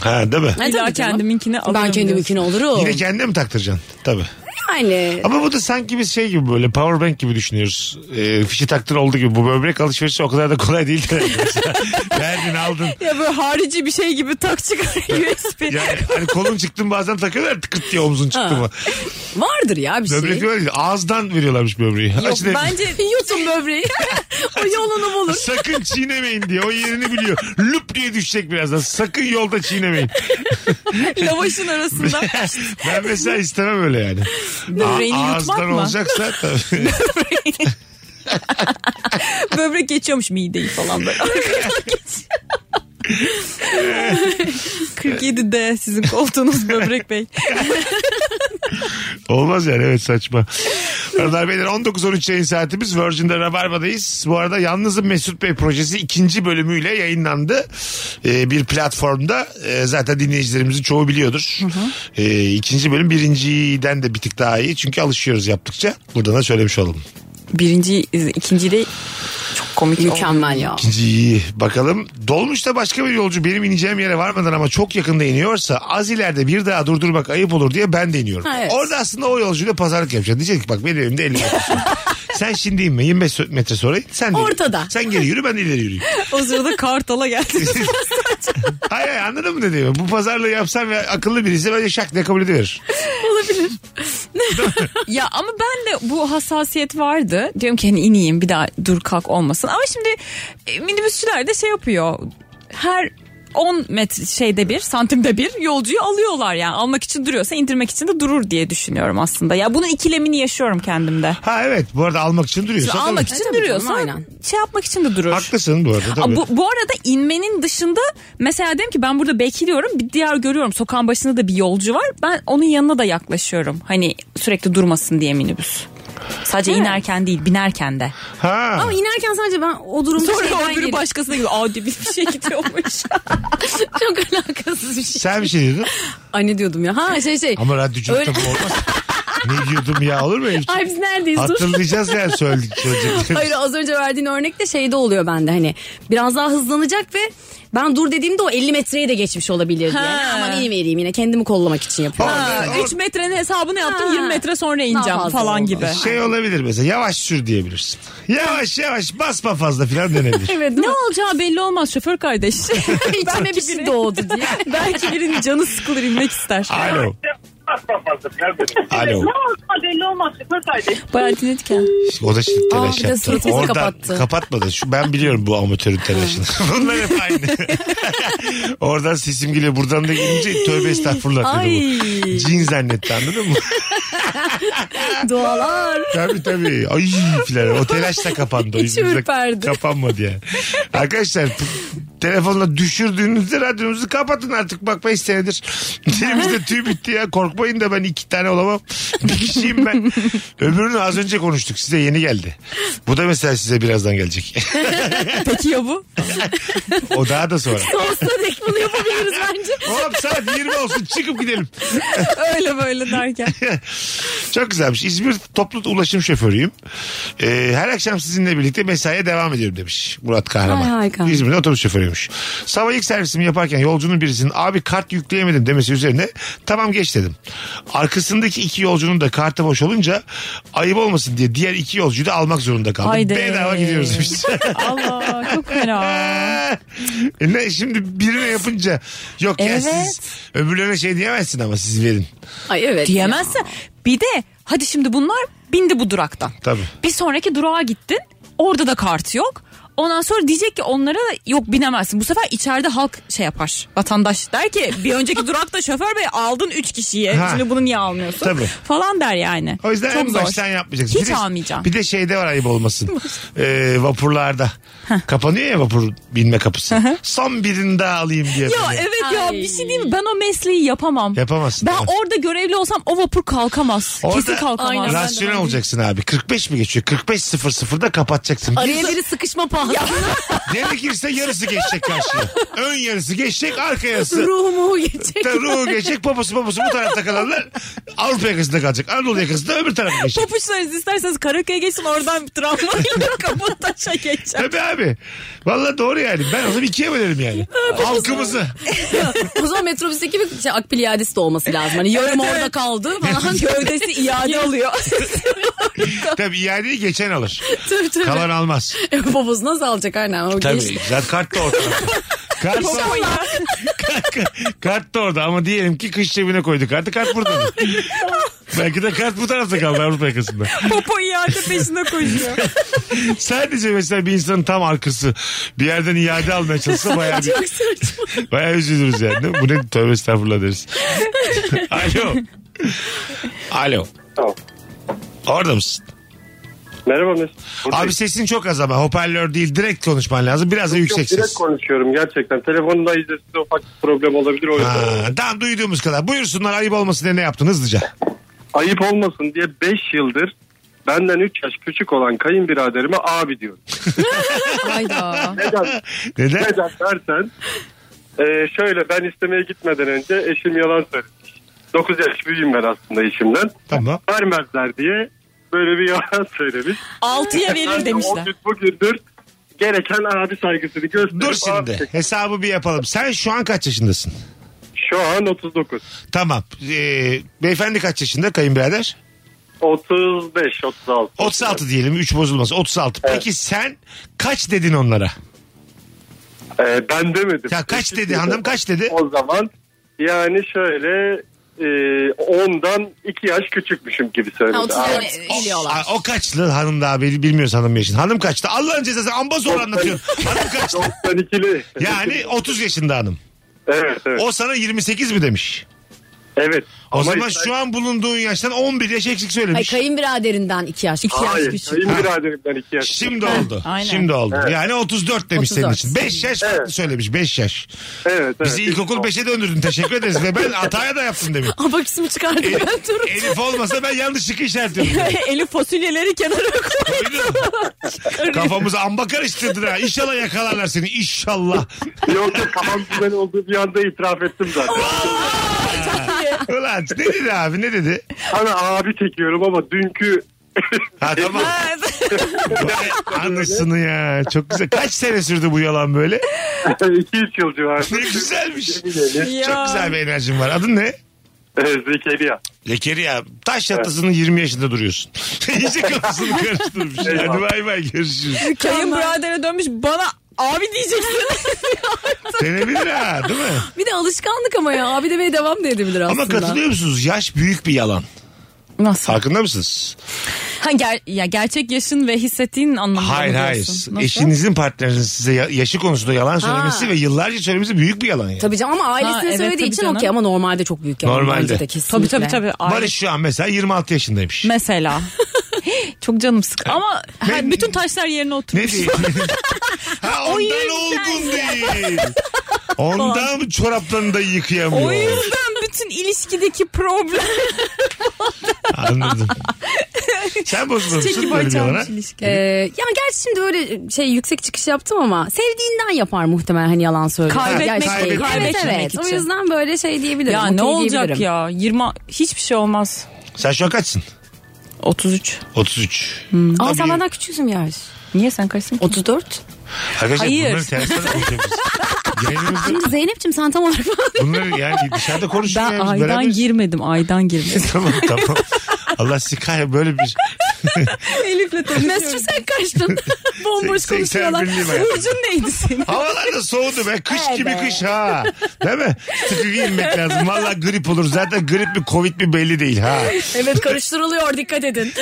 Ha değil mi?
Ben
Bir daha kendiminkini alırım
Ben kendiminkini alırım.
Yine kendine mi taktıracaksın? Tabii.
Yani
Ama bu da sanki biz şey gibi böyle powerbank gibi düşünüyoruz. Ee, fişi taktın oldu gibi. Bu böbrek alışverişi o kadar da kolay değil. de. Verdin aldın.
Ya böyle harici bir şey gibi tak çıkar USB.
Yani hani kolun çıktın bazen takıyorlar tıkırt diye omzun çıktı mı?
vardır ya bir
Böbrek
şey.
öyle değil. Ağızdan veriyorlarmış böbreği.
Yok,
Açın elini.
bence
Yutun böbreği. o yolunu bulur.
Sakın çiğnemeyin diye. O yerini biliyor. Lüp diye düşecek birazdan. Sakın yolda çiğnemeyin.
lavaşın arasında.
ben mesela istemem öyle yani.
Böbreğini
A-
yutmak
ağızdan
mı?
olacaksa tabii.
Böbrek geçiyormuş mideyi falan böyle. Arkadan geçiyor. 47D sizin koltuğunuz böbrek bey.
Olmaz yani evet saçma. Hanımlar beyler 19.13 yayın saatimiz Virgin'de Rabarba'dayız. Bu arada Yalnızım Mesut Bey projesi ikinci bölümüyle yayınlandı. Ee, bir platformda Ee, zaten dinleyicilerimizin çoğu biliyordur. Ee, ikinci bölüm birinciden de bir tık daha iyi. Çünkü alışıyoruz yaptıkça. Buradan da söylemiş olalım.
Birinci, ikinci de çok komik.
Mükemmel ya.
İkinciyi bakalım. Dolmuşta başka bir yolcu benim ineceğim yere varmadan ama çok yakında iniyorsa az ileride bir daha durdurmak ayıp olur diye ben de iniyorum.
Ha, evet.
Orada aslında o yolcuyla pazarlık yapacak. Diyecek ki bak benim evimde 50 metre sonra. sen şimdi inme 25 metre sonra in. Sen de-
Ortada.
Sen geri yürü ben de ileri yürüyeyim.
O sırada Kartal'a geldi.
hayır hayır anladın mı dediğimi? Bu pazarlığı yapsam ve akıllı birisi bence şak diye kabul ediverir.
ya ama ben de bu hassasiyet vardı. Diyorum ki hani ineyim bir daha dur kalk olmasın. Ama şimdi e, minibüsçüler de şey yapıyor. Her 10 metre şeyde bir santimde bir yolcuyu alıyorlar yani almak için duruyorsa indirmek için de durur diye düşünüyorum aslında. Ya bunun ikilemini yaşıyorum kendimde.
Ha evet bu arada almak için duruyorsun.
Şimdi almak için
E, tabii
duruyorsa
canım, aynen.
şey yapmak için de durur.
Haklısın bu arada
Aa,
tabii.
Bu, bu arada inmenin dışında mesela dedim ki ben burada bekliyorum bir diğer görüyorum sokağın başında da bir yolcu var ben onun yanına da yaklaşıyorum hani sürekli durmasın diye minibüs. Sadece inerken değil binerken de. Şey,
Ha.
Ama inerken sadece ben o durumda şeyden yerim.
başkasına gibi adi bir şey gidiyormuş.
Çok alakasız bir şey.
Sen bir şey diyordun.
Anne diyordum ya. Ha şey şey.
Ama radyoculukta
Öyle-
bu olmaz. ne diyordum ya olur mu? şey? Elifciğim?
Ay biz neredeyiz? Dur.
Hatırlayacağız yani söyledik söyleyecekleri.
Hayır az önce verdiğin örnekte şeyde oluyor bende hani biraz daha hızlanacak ve ben dur dediğimde o 50 metreyi de geçmiş olabilir diye.
Ha.
Aman iyi vereyim yine kendimi kollamak için yapıyorum.
Orada- or-
3 metrenin hesabını yaptım
Ha.
20 metre sonra
Daha
ineceğim
fazla
falan
oldu.
gibi.
Şey olabilir mesela yavaş sür diyebilirsin. Yavaş yavaş basma fazla filan denebilir.
Evet,
Ne olacağı belli olmaz şoför kardeş.
İçime bir şey doğdu diye.
Belki birinin canı sıkılır inmek ister.
Alo. Alo.
Ne olsa belli olmaz şoför kardeş.
Bayağı dinledik ya.
O da şimdi
Aa,
telaş
bir de
yaptı.
sırtını
Oradan
kapattı.
kapatmadı. Şu, ben biliyorum bu amatörün telaşını. Bunlar hep aynı. Oradan sesim geliyor. Buradan da gelince tövbe estağfurullah dedi bu.
Ay.
Cin zannetti anladın mı?
Dualar.
Tabii tabii. Ay filan. O telaşla kapandı. O
İçim
yüzden
ürperdi.
Kapanmadı yani. Arkadaşlar p- telefonla düşürdüğünüzde radyonuzu kapatın artık. Bak 5 senedir. Dilimizde tüy bitti ya. Korkmayın da ben iki tane olamam. Bir kişiyim ben. Öbürünü az önce konuştuk. Size yeni geldi. Bu da mesela size birazdan gelecek.
Peki ya bu?
o daha da sonra.
Sonsuza dek bunu yapabiliriz bence.
Hop saat 20 olsun çıkıp gidelim.
Öyle böyle derken.
Çok güzelmiş. İzmir toplu ulaşım şoförüyüm. Ee, her akşam sizinle birlikte mesaiye devam ediyorum demiş Murat Kahraman.
Ay harika.
İzmir'de otobüs şoförüymüş. Sabah ilk servisimi yaparken yolcunun birisinin abi kart yükleyemedim demesi üzerine tamam geç dedim. Arkasındaki iki yolcunun da kartı boş olunca ayıp olmasın diye diğer iki yolcuyu da almak zorunda kaldım.
Haydi.
Bedava gidiyoruz demiş.
Allah çok fena.
E ne şimdi birine yapınca yok ya
Evet.
siz öbürlerine şey diyemezsin ama siz verin.
Ay evet.
Diyemezse bir de hadi şimdi bunlar bindi bu duraktan.
Tabii.
Bir sonraki durağa gittin orada da kart yok. Ondan sonra diyecek ki onlara da yok binemezsin. Bu sefer içeride halk şey yapar. Vatandaş der ki bir önceki durakta şoför bey aldın 3 kişiye.
Ha.
Şimdi bunu niye almıyorsun?
Tabii.
Falan der yani.
O yüzden
Çok
en
zor.
baştan yapmayacaksın.
Hiç
bir de,
almayacağım.
Bir de şeyde var ayıp olmasın. Ee, vapurlarda. Kapanıyor ya vapur binme kapısı. Son birini daha alayım diye.
Ya
böyle.
evet ya
Ay.
bir şey diyeyim mi? Ben o mesleği yapamam.
Yapamazsın.
ben
Evet.
orada görevli olsam o vapur kalkamaz.
Orada-
Kesin kalkamaz.
Aynen.
Rasyonel olacaksın abi. 45 mi geçiyor? 45.00'da kapatacaksın.
Araya
Girse-
biri sıkışma pahasına
Gerekirse yarısı geçecek karşıya. Ön yarısı geçecek, arka yarısı.
ruhumu geçecek.
Ta- Ruhu geçecek, poposu poposu bu tarafta kalanlar Avrupa yakasında kalacak. Anadolu yakasında öbür tarafa geçecek.
Papuçlarınız isterseniz Karaköy'e geçsin oradan tramvayla Kabataş'a geçer.
Tabii abi. Valla doğru yani. Ben o zaman ikiye bölerim yani. Halkımızı.
o zaman metrobüsteki gibi şey, akbil iadesi de olması lazım. Hani yarım
Evet, evet.
orada kaldı falan.
Gövdesi iade alıyor.
Tabii iadeyi geçen alır.
Tabii, tabii.
Kalan almaz.
Babası nasıl alacak aynen. O
Tabii.
geç-
Zaten kart da orada. Kart, kart da orada ama diyelim ki kış cebine koyduk. Artık kart burada. Belki de kart bu tarafta kaldı Avrupa yakasında.
Popo iade peşinde koşuyor.
Sadece mesela bir insanın tam arkası bir yerden iade almaya çalışsa bayağı bir,
Çok saçma.
bayağı üzülürüz yani. değil mi? Bu ne tövbe estağfurullah deriz. Alo. Alo.
Tamam.
Orada mısın?
Merhaba Mesut.
Abi sesin çok az ama hoparlör değil direkt konuşman lazım. Biraz da yüksek
Direkt
ses.
konuşuyorum gerçekten. Telefonda izlesinde ufak bir problem olabilir o yüzden.
Ha, tamam duyduğumuz kadar. Buyursunlar ayıp olmasın diye ne yaptın hızlıca?
Ayıp olmasın diye 5 yıldır benden 3 yaş küçük olan kayınbiraderime abi diyorum.
Hayda.
Neden?
Neden?
Neden dersen e, şöyle ben istemeye gitmeden önce eşim yalan söylemiş. 9 yaş büyüğüm ben aslında eşimden.
Tamam.
Vermezler diye böyle bir yalan söylemiş.
Altıya
Ben
verir
de O
demişler.
gün bugündür gereken abi saygısını gösterip
Dur
abi
şimdi
çektim.
hesabı bir yapalım. Sen şu an kaç yaşındasın?
Şu an 39.
Tamam. Ee, beyefendi kaç yaşında kayınbirader?
35, 36.
36 diyelim 3 bozulması 36. Peki sen kaç dedin onlara?
Ee, ben demedim.
Ya kaç dedi hanım kaç dedi?
O zaman yani şöyle e, ondan 2 yaş küçükmüşüm gibi söyledi.
Ha, otuz
Abi,
yani biliyorlar.
Aa, o kaçlı hanım daha belli bilmiyoruz hanım yaşını. Hanım kaçtı. Allah'ın cezası amba zor anlatıyorsun. hanım kaçtı.
92'li.
Yani 30 yaşında hanım.
Evet evet.
O sana 28 mi demiş?
evet.
O
Ama
zaman
işte-
şu an bulunduğun yaştan 11 yaş eksik
Ay
söylemiş.
kayınbiraderinden iki yaş. İki yaş
Hayır.
küçük.
Kayınbiraderimden 2 yaş.
Şimdi oldu.
aynen.
Şimdi oldu.
Evet.
Yani 34 demiş senin
34.
için. 5 yaş farklı
Evet.
söylemiş. 5 yaş.
Evet evet.
Bizi ilkokul 5'e döndürdün. Teşekkür ederiz. Ve ben hataya da yaptım demin.
Abaküsümü çıkardım ben durup.
Elif olmasa ben yanlışlık işaretliyorum.
E- Elif fasulyeleri kenara koy.
Buyurun. Kafamızı amba karıştırdın ha. İnşallah yakalarlar seni. İnşallah.
Yok yok tamam güzel olduğu bir anda itiraf ettim zaten.
Ulan ne dedi abi ne dedi?
Sana abi çekiyorum ama dünkü
Ha tamam. Vay Anasını ya. Çok güzel. Kaç sene sürdü bu yalan böyle?
2-3 yıl
Ne
civarında.
güzelmiş.
Yeni.
Ya.
Çok güzel bir enerjin var. Adın ne?
Ee, Zekeriya.
Zekeriya. Taş yatısının 20 yaşında duruyorsun. İyice kafasını karıştırmış. Hadi bay bay görüşürüz.
Kayınbiradere dönmüş bana abi diyeceksin.
Denebilir ha değil mi?
Bir de alışkanlık ama ya. Abi demeye devam da edebilir aslında.
Ama katılıyor musunuz? Yaş büyük bir yalan.
Nasıl?
Farkında mısınız?
Ha, ger- ya gerçek yaşın ve hissettiğin anlamında
Hayır
mı
hayır.
diyorsun? Nasıl?
Eşinizin partnerinizin size ya- yaşı konusunda yalan söylemesi ve yıllarca söylemesi büyük bir yalan yani.
Tabii canım ama ailesine
Ha, evet,
söylediği
tabii
için
canım.
okey ama normalde çok büyük yalan.
Normalde.
Bence de kesinlikle.
Tabii tabii tabii. Ay,
Barış şu an mesela 26 yaşındaymış.
Mesela. Çok canım sık. Ama ha, bütün taşlar yerine
ne
oturmuş.
diyeyim? ha, ondan olgun değil. Ondan mı çoraplarını da
O
yıkayamıyor?
yüzden bütün ilişkideki problem.
Anladım. Sen bozulur musun
Çekip
böyle bir yalana?
açarmış ilişki.
Ee, ya gerçi şimdi öyle şey yüksek çıkış yaptım ama sevdiğinden yapar muhtemelen hani yalan söylüyor.
Kaybetmek-
Gerçi
kaybetmek-
değil. Evet
kaybetmemek
evet. O
için.
yüzden böyle şey diyebilirim.
Ya
okey
ne olacak
diyebilirim.
ya? 20 hiçbir şey olmaz.
Sen şu an kaçsın?
33.
33.
Ama sen
Tabii.
benden küçüksün Yarış.
Niye sen kaçsın?
34.
Arkadaşlar
Hayır.
bunları terasta da konuşuyoruz. Yayınımızda
Şimdi Zeynep'ciğim sen tam olarak
bunları yani dışarıda konuşuyoruz.
Ben aydan girmedim, aydan girmedim.
Tamam tamam. Allah sizi kahretsin böyle bir
Elif'le tanışıyorum.
Mesut sen kaçtın. Bomboş
Seksen
konuşuyorlar.
birliyim hayatım.
Burcun neydi senin?
Havalar da soğudu be. Kış
Evet.
gibi kış ha. Değil mi? Sıkı giyinmek lazım. Valla grip olur. Zaten grip mi covid mi belli değil ha.
Evet karıştırılıyor dikkat edin.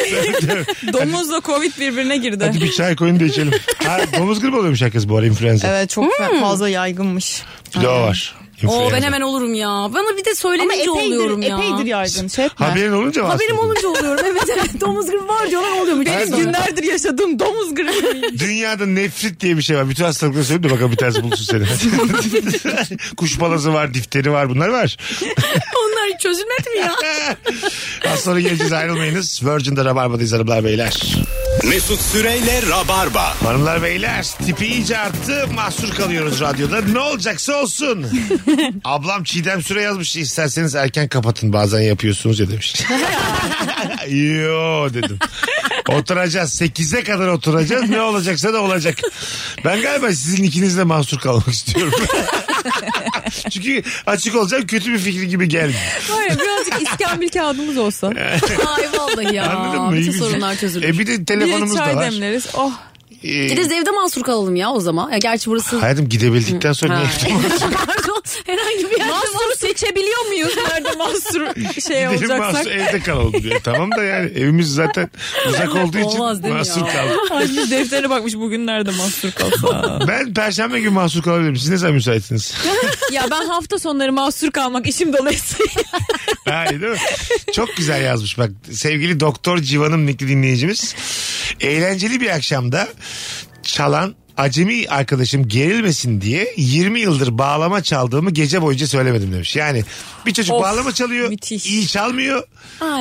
Domuzla Covid birbirine girdi.
Hadi bir çay koyun da içelim. Ha, domuz gribi oluyormuş herkes bu ara influenza.
Evet çok
Hmm.
fa- fazla yaygınmış.
Bir de o var.
Oo ben
influenza.
hemen olurum ya. Bana bir de
Ama
söylenince oluyorum
epeydir,
ya.
epeydir yaygın. Şey etme.
Haberin olunca mı
Haberim
aslında?
olunca oluyorum. Evet evet domuz gribi var diyorlar oluyormuş.
Her
Sonra.
gün-
Günlerdir yaşadığım domuz gribi.
Dünyada nefrit diye bir şey var. Bütün hastalıkları söyleyeyim de bakalım bir tanesi bulsun seni. Kuş balazı var, difteri var bunlar var.
Onlar çözülmedi mi ya?
Az sonra geleceğiz ayrılmayınız. Virgin'de Rabarba'dayız hanımlar beyler.
Mesut Süreyle Rabarba.
Hanımlar beyler tipi iyice arttı mahsur kalıyoruz radyoda ne olacaksa olsun. Ablam Çiğdem Süre yazmış isterseniz erken kapatın bazen yapıyorsunuz ya demiş. Yo dedim. Oturacağız 8'e kadar oturacağız ne olacaksa da olacak. Ben galiba sizin ikinizle mahsur kalmak istiyorum. Çünkü açık olacağım kötü bir fikir gibi geldi.
Var ya birazcık iskambil kağıdımız olsa.
Ay vallahi ya.
Anladın mı? İyi
Bütün
bir-
sorunlar çözülür.
E bir de
Bir
telefonumuz
çay
da var.
demleriz. Oh.
Ee,
Gideriz evde mahsur kalalım ya o zaman. Ya gerçi burası...
hayatım gidebildikten sonra niye
Ha. Pardon herhangi bir yerde
Mahsuru seçebiliyor muyuz? Nerede mahsur şey
Gidelim
olacaksak?
mahsur evde kalalım diyor. Tamam da yani evimiz zaten uzak olduğu için
Olmaz değil mi
mahsur
ya?
kaldık.
Annem deftere bakmış bugün nerede mahsur kalsa.
Ben perşembe günü mahsur kalabilirim. Siz ne zaman müsaitsiniz?
ya ben hafta sonları mahsur kalmak işim dolayısıyla.
ha, iyi değil mi? Çok güzel yazmış bak. Sevgili Doktor Civan'ın nikli dinleyicimiz. Eğlenceli bir akşamda çalan acemi arkadaşım gerilmesin diye 20 yıldır bağlama çaldığımı gece boyunca söylemedim demiş. Yani bir çocuk
Of,
bağlama çalıyor,
müthiş.
iyi çalmıyor.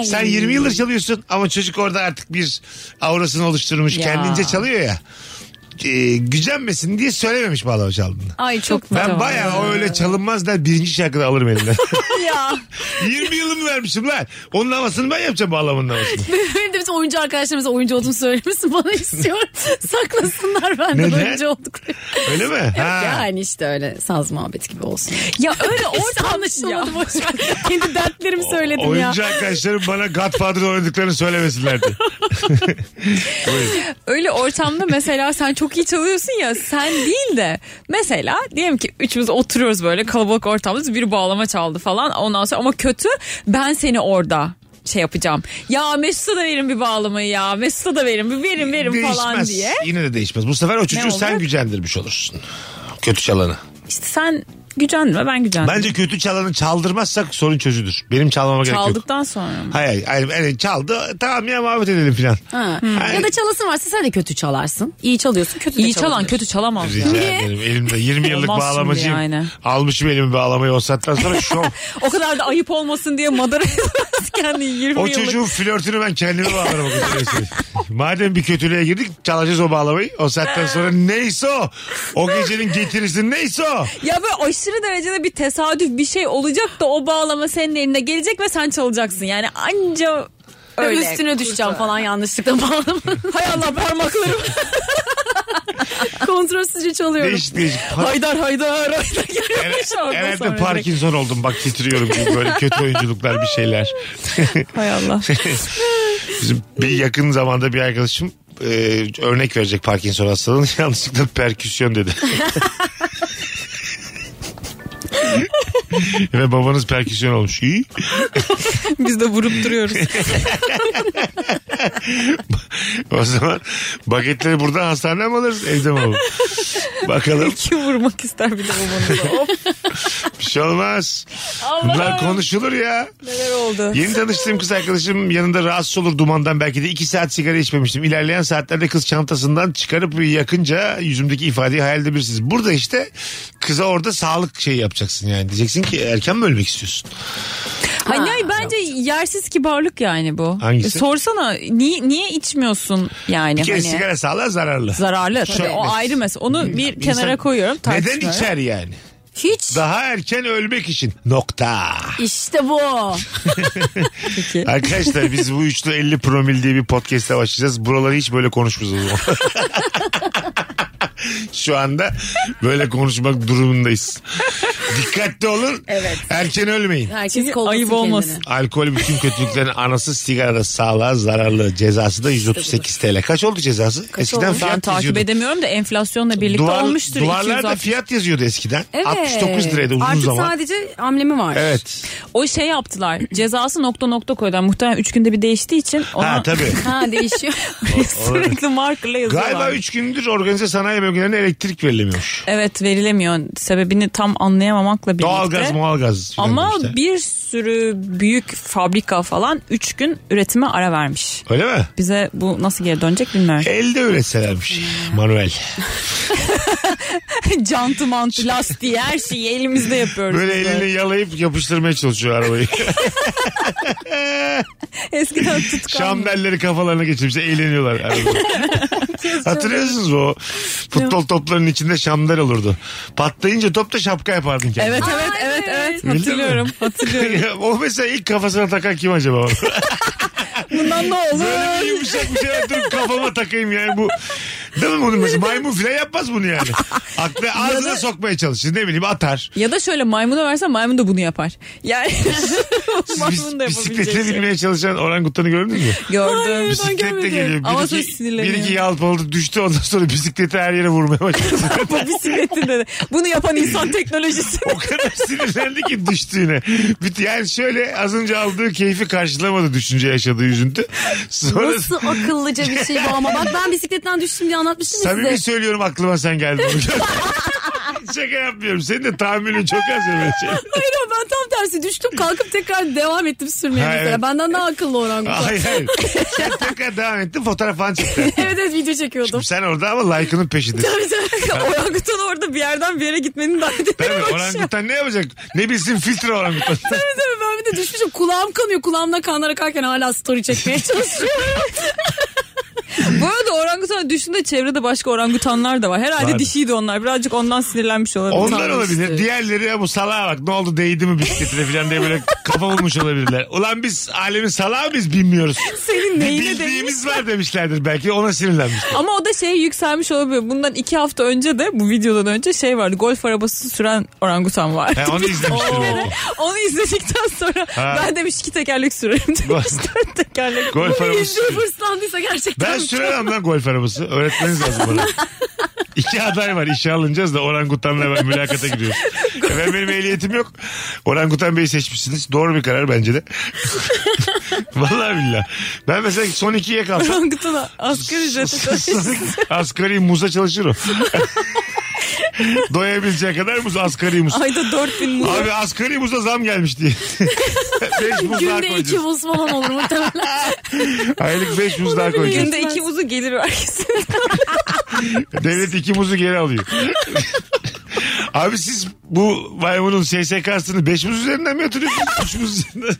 Sen 20 yıldır çalıyorsun ama çocuk orada artık bir aurasını oluşturmuş,
Ya.
kendince çalıyor ya. Ee, gücenmesin diye söylememiş bağlama çaldığını.
Ay çok
Ben bayağı o öyle çalınmaz der birinci şarkıda alırım elinden.
ya.
20 yılımı vermişim lan. Onun havasını ben yapacağım bağlamanın havasını.
Benim de bütün oyuncu arkadaşlarımıza oyuncu olduğumu söylemişsin bana istiyor. Saklasınlar benden
Neden?
oyuncu olduklarını.
Öyle mi?
Yok yani işte öyle saz muhabbet gibi olsun.
Ya öyle
Orada
ortam ya.
anlaşılmadı boş ver. Kendi dertlerimi söyledim ya.
Oyuncu arkadaşlarım bana Godfather'da oynadıklarını söylemesinlerdi.
Öyle ortamda mesela sen çok iyi çalıyorsun ya sen değil de mesela diyelim ki üçümüz oturuyoruz böyle kalabalık ortamda bir bağlama çaldı falan ondan sonra ama kötü ben seni orada şey yapacağım. Ya Mesut'a da verin bir bağlamayı ya. Mesut'a da verin bir verin verin falan diye.
Yine de değişmez. Bu sefer o çocuğu sen
olacak?
gücendirmiş olursun. Kötü çalanı.
İşte sen gücendirme ben gücendim.
Bence kötü çalanı çaldırmazsak sorun çözülür. Benim çalmama gerek yok.
Çaldıktan sonra mı?
Hayır, hayır, hayır, çaldı. Tamam ya muhabbet edelim filan.
Ha.
Hayır.
Ya da çalasın varsa sen de kötü çalarsın. Hmm. İyi çalıyorsun kötü de
İyi çalan
çalabilir.
kötü çalamaz. ya.
Rica ederim. Elimde 20 yıllık
Olmaz şimdi
bağlamacıyım.
yani.
Almışım elimi bağlamayı o saatten sonra şov.
O kadar da ayıp olmasın diye madara yazmaz kendini 20
o
yıllık.
çocuğun flörtünü ben kendime bağlarım. o kadar söyleyeyim. Madem bir kötülüğe girdik çalacağız o bağlamayı. O saatten sonra neyse o. O gecenin getirisi neyse o.
Ya böyle aşırı derecede bir tesadüf bir şey olacak da o bağlama senin eline gelecek ve sen çalacaksın. Yani anca öyle.
Üstüne düşeceğim falan yanlışlıkla bağlamanın.
Hay Allah parmaklarım.
Kontrolsüzce çalıyorum.
Değişik değişik. Pa-
haydar haydar. haydar.
Evet,
Ondan
herhalde
sonra
Parkinson oldum bak titriyorum gibi böyle kötü oyunculuklar bir şeyler.
Hay Allah.
Bizim bir yakın zamanda bir arkadaşım e, örnek verecek Parkinson hastalığını yanlışlıkla perküsyon dedi. Ve babanız perküsyon olmuş. İyi.
Biz de vurup duruyoruz.
O zaman bagetleri buradan hastaneden mi alırız evde mi alalım? Bakalım
Kim vurmak ister bir de babanıza. Of
bir şey olmaz. Bunlar konuşulur ya.
neler oldu.
Yeni tanıştığım kız arkadaşım yanında rahatsız olur dumandan belki de iki saat sigara içmemiştim. İlerleyen saatlerde kız çantasından çıkarıp yakınca yüzümdeki ifadeyi hayalde bilirsiniz. Burada işte kıza orada sağlık şeyi yapacaksın yani. Diyeceksin ki erken mi ölmek istiyorsun?
Hani ay, bence yersiz kibarlık yani bu. E,
Hangisi?
Sorsana niye, niye içmiyorsun yani?
Bir kere
hani?
sigara sağlığa zararlı.
Zararlı. Tabii, o
net.
ayrı mesela. Onu bir
İnsan
kenara koyuyorum.
Neden
tartışmıyorum.
içer yani?
Hiç.
Daha erken ölmek için. Nokta.
İşte bu.
Peki.
Arkadaşlar biz bu üçlü 50 promil diye bir podcast'e başlayacağız. Buraları hiç böyle konuşmuyoruz o zaman. Şu anda böyle konuşmak durumundayız. Dikkatli olun.
Evet.
Erken ölmeyin.
Herkes kollasın Ayıp olmasın.
Alkol bütün kötülüklerin anası sigarada sağlığa zararlı. Cezası da 138 TL. Kaç oldu cezası? eskiden
Olmuş. Ben
fiyat
takip
yazıyordu.
edemiyorum da enflasyonla birlikte
Duvar-
olmuştur.
duvarlarda
260.
fiyat yazıyordu eskiden.
Evet.
69 liraydı uzun
Artık
zaman.
sadece
hamlemi var.
Evet.
O şey yaptılar. Cezası nokta nokta koydular. Muhtemelen 3 günde bir değiştiği için. Ona...
Ha, tabii.
Ha değişiyor.
Sürekli markerla yazıyorlar.
Galiba 3 gündür organize sanayi bölgelerine elektrik verilemiyor.
Evet verilemiyor. Sebebini tam anlayamamakla birlikte.
Doğalgaz, mualgaz. filan
Ama
demişler.
bir sürü büyük fabrika falan 3 gün üretime ara vermiş.
Öyle mi?
Bize bu nasıl geri dönecek bilmiyorum.
Elde üretselermiş. Manuel. E,
Cantı mantı lastiği her şeyi elimizde yapıyoruz.
Böyle
biz
elini yalayıp yapıştırmaya çalışıyor arabayı.
Eskiden tutkan.
Şamdelleri kafalarına geçirmişler. Eğleniyorlar arabada. Hatırlıyorsunuz mu o futbol toplarının içinde şamdel olurdu. Patlayınca top da şapka yapardın kendine.
Evet evet evet evet
Bildin mi?
hatırlıyorum hatırlıyorum.
o mesela ilk kafasına takan kim acaba?
Bundan ne olur?
Böyle bir yumuşak bir şeyler dur kafama takayım yani bu. Değil mi bunu mesela maymun filan yapmaz bunu yani. Aklı ağzına sokmaya çalışır ne bileyim atar.
Ya da şöyle maymuna versen maymun da bunu yapar. Yani maymun da
Bis- Bisiklete
yapabilecek şey.
binmeye çalışan orangutanı gördün mü?
Gördüm.
Bisikletle geliyor. Bir
Ama sonra
iki, bir
sinirleniyor.
iki yalpaladı düştü ondan sonra bisikleti her yere vurmaya başladı.
Bu bisikletin de. Bunu yapan insan teknolojisi.
o kadar sinirlendi ki düştüğüne. Bütün- Yani şöyle az önce aldığı keyfi karşılamadı düşünce yaşadığı üzüntü. Sonra
Nasıl akıllıca bir şey bu ama. Bak ben bisikletten düştüm diye anlatmıştım ya
samimi
size.
söylüyorum aklıma sen geldin. Şaka yapmıyorum. Senin de tahammülün çok az ya böyle şey.
Hayır ama ben tam tersi düştüm kalkıp tekrar devam ettim sürmeye
Ha,
mesela.
evet.
Benden daha akıllı orangutan.
Hayır hayır. Sen tekrar devam ettin fotoğraf falan çıktı.
evet evet video çekiyordum.
Sen orada ama like'ının peşindesin.
Tabii tabii. Orangutan orada bir yerden bir yere gitmenin derdine
Tabii
başlıyor.
orangutan ne yapacak? Ne bilsin filtre orangutan.
Tabii tabii ben bir de düşmüşüm. Kulağım kanıyor. Kulağımda kanlar akarken hala story çekmeye çalışıyorum.
Bu arada orangutan düşünde çevrede başka orangutanlar da var. Herhalde
Var.
dişiydi onlar. Birazcık ondan sinirlenmiş olabilir.
Onlar olabilir. Diğerleri ya bu salağa bak ne oldu değdi mi bisikletine falan diye böyle kafa bulmuş olabilirler. Ulan biz alemin salağı mıyız bilmiyoruz.
Senin
Bir
neyine demiş.
bildiğimiz var demişlerdir belki ona sinirlenmiş.
Ama o da şey yükselmiş olabilir. Bundan iki hafta önce de bu videodan önce şey vardı. Golf arabası süren orangutan vardı.
He, onu izlemiştir o.
Onu izledikten sonra
Ha.
ben demiş iki tekerlek sürerim demiş. Dört tekerlek.
Golf arabası.
İzleyip
sürüyor.
hırslandıysa gerçekten.
Ben süremem lan golf arabası. Öğretmeniz lazım bana. İki aday var. İşe alınacağız da orangutanla ben mülakata giriyorum. Efendim benim ehliyetim yok. Orangutan Bey'i seçmişsiniz. Doğru bir karar bence de. Vallahi billahi. Ben mesela son ikiye kalsam.
Orangutana asgari ücreti
Son- asgari muza çalışır o. Doyabileceği kadar muz asgari muz.
Ayda 4000 muz.
Abi asgari muza zam gelmiş diye. beş muz daha
Günde iki
koyacağız.
buz falan olur muhtemelen.
Aylık beş muz daha koyacağız.
Günde iki muzu gelir herkese.
Devlet iki muzu geri alıyor. Abi siz bu maymunun SSK'sını 5 muz üzerinden mi yatırıyorsunuz? 3 muz üzerinden.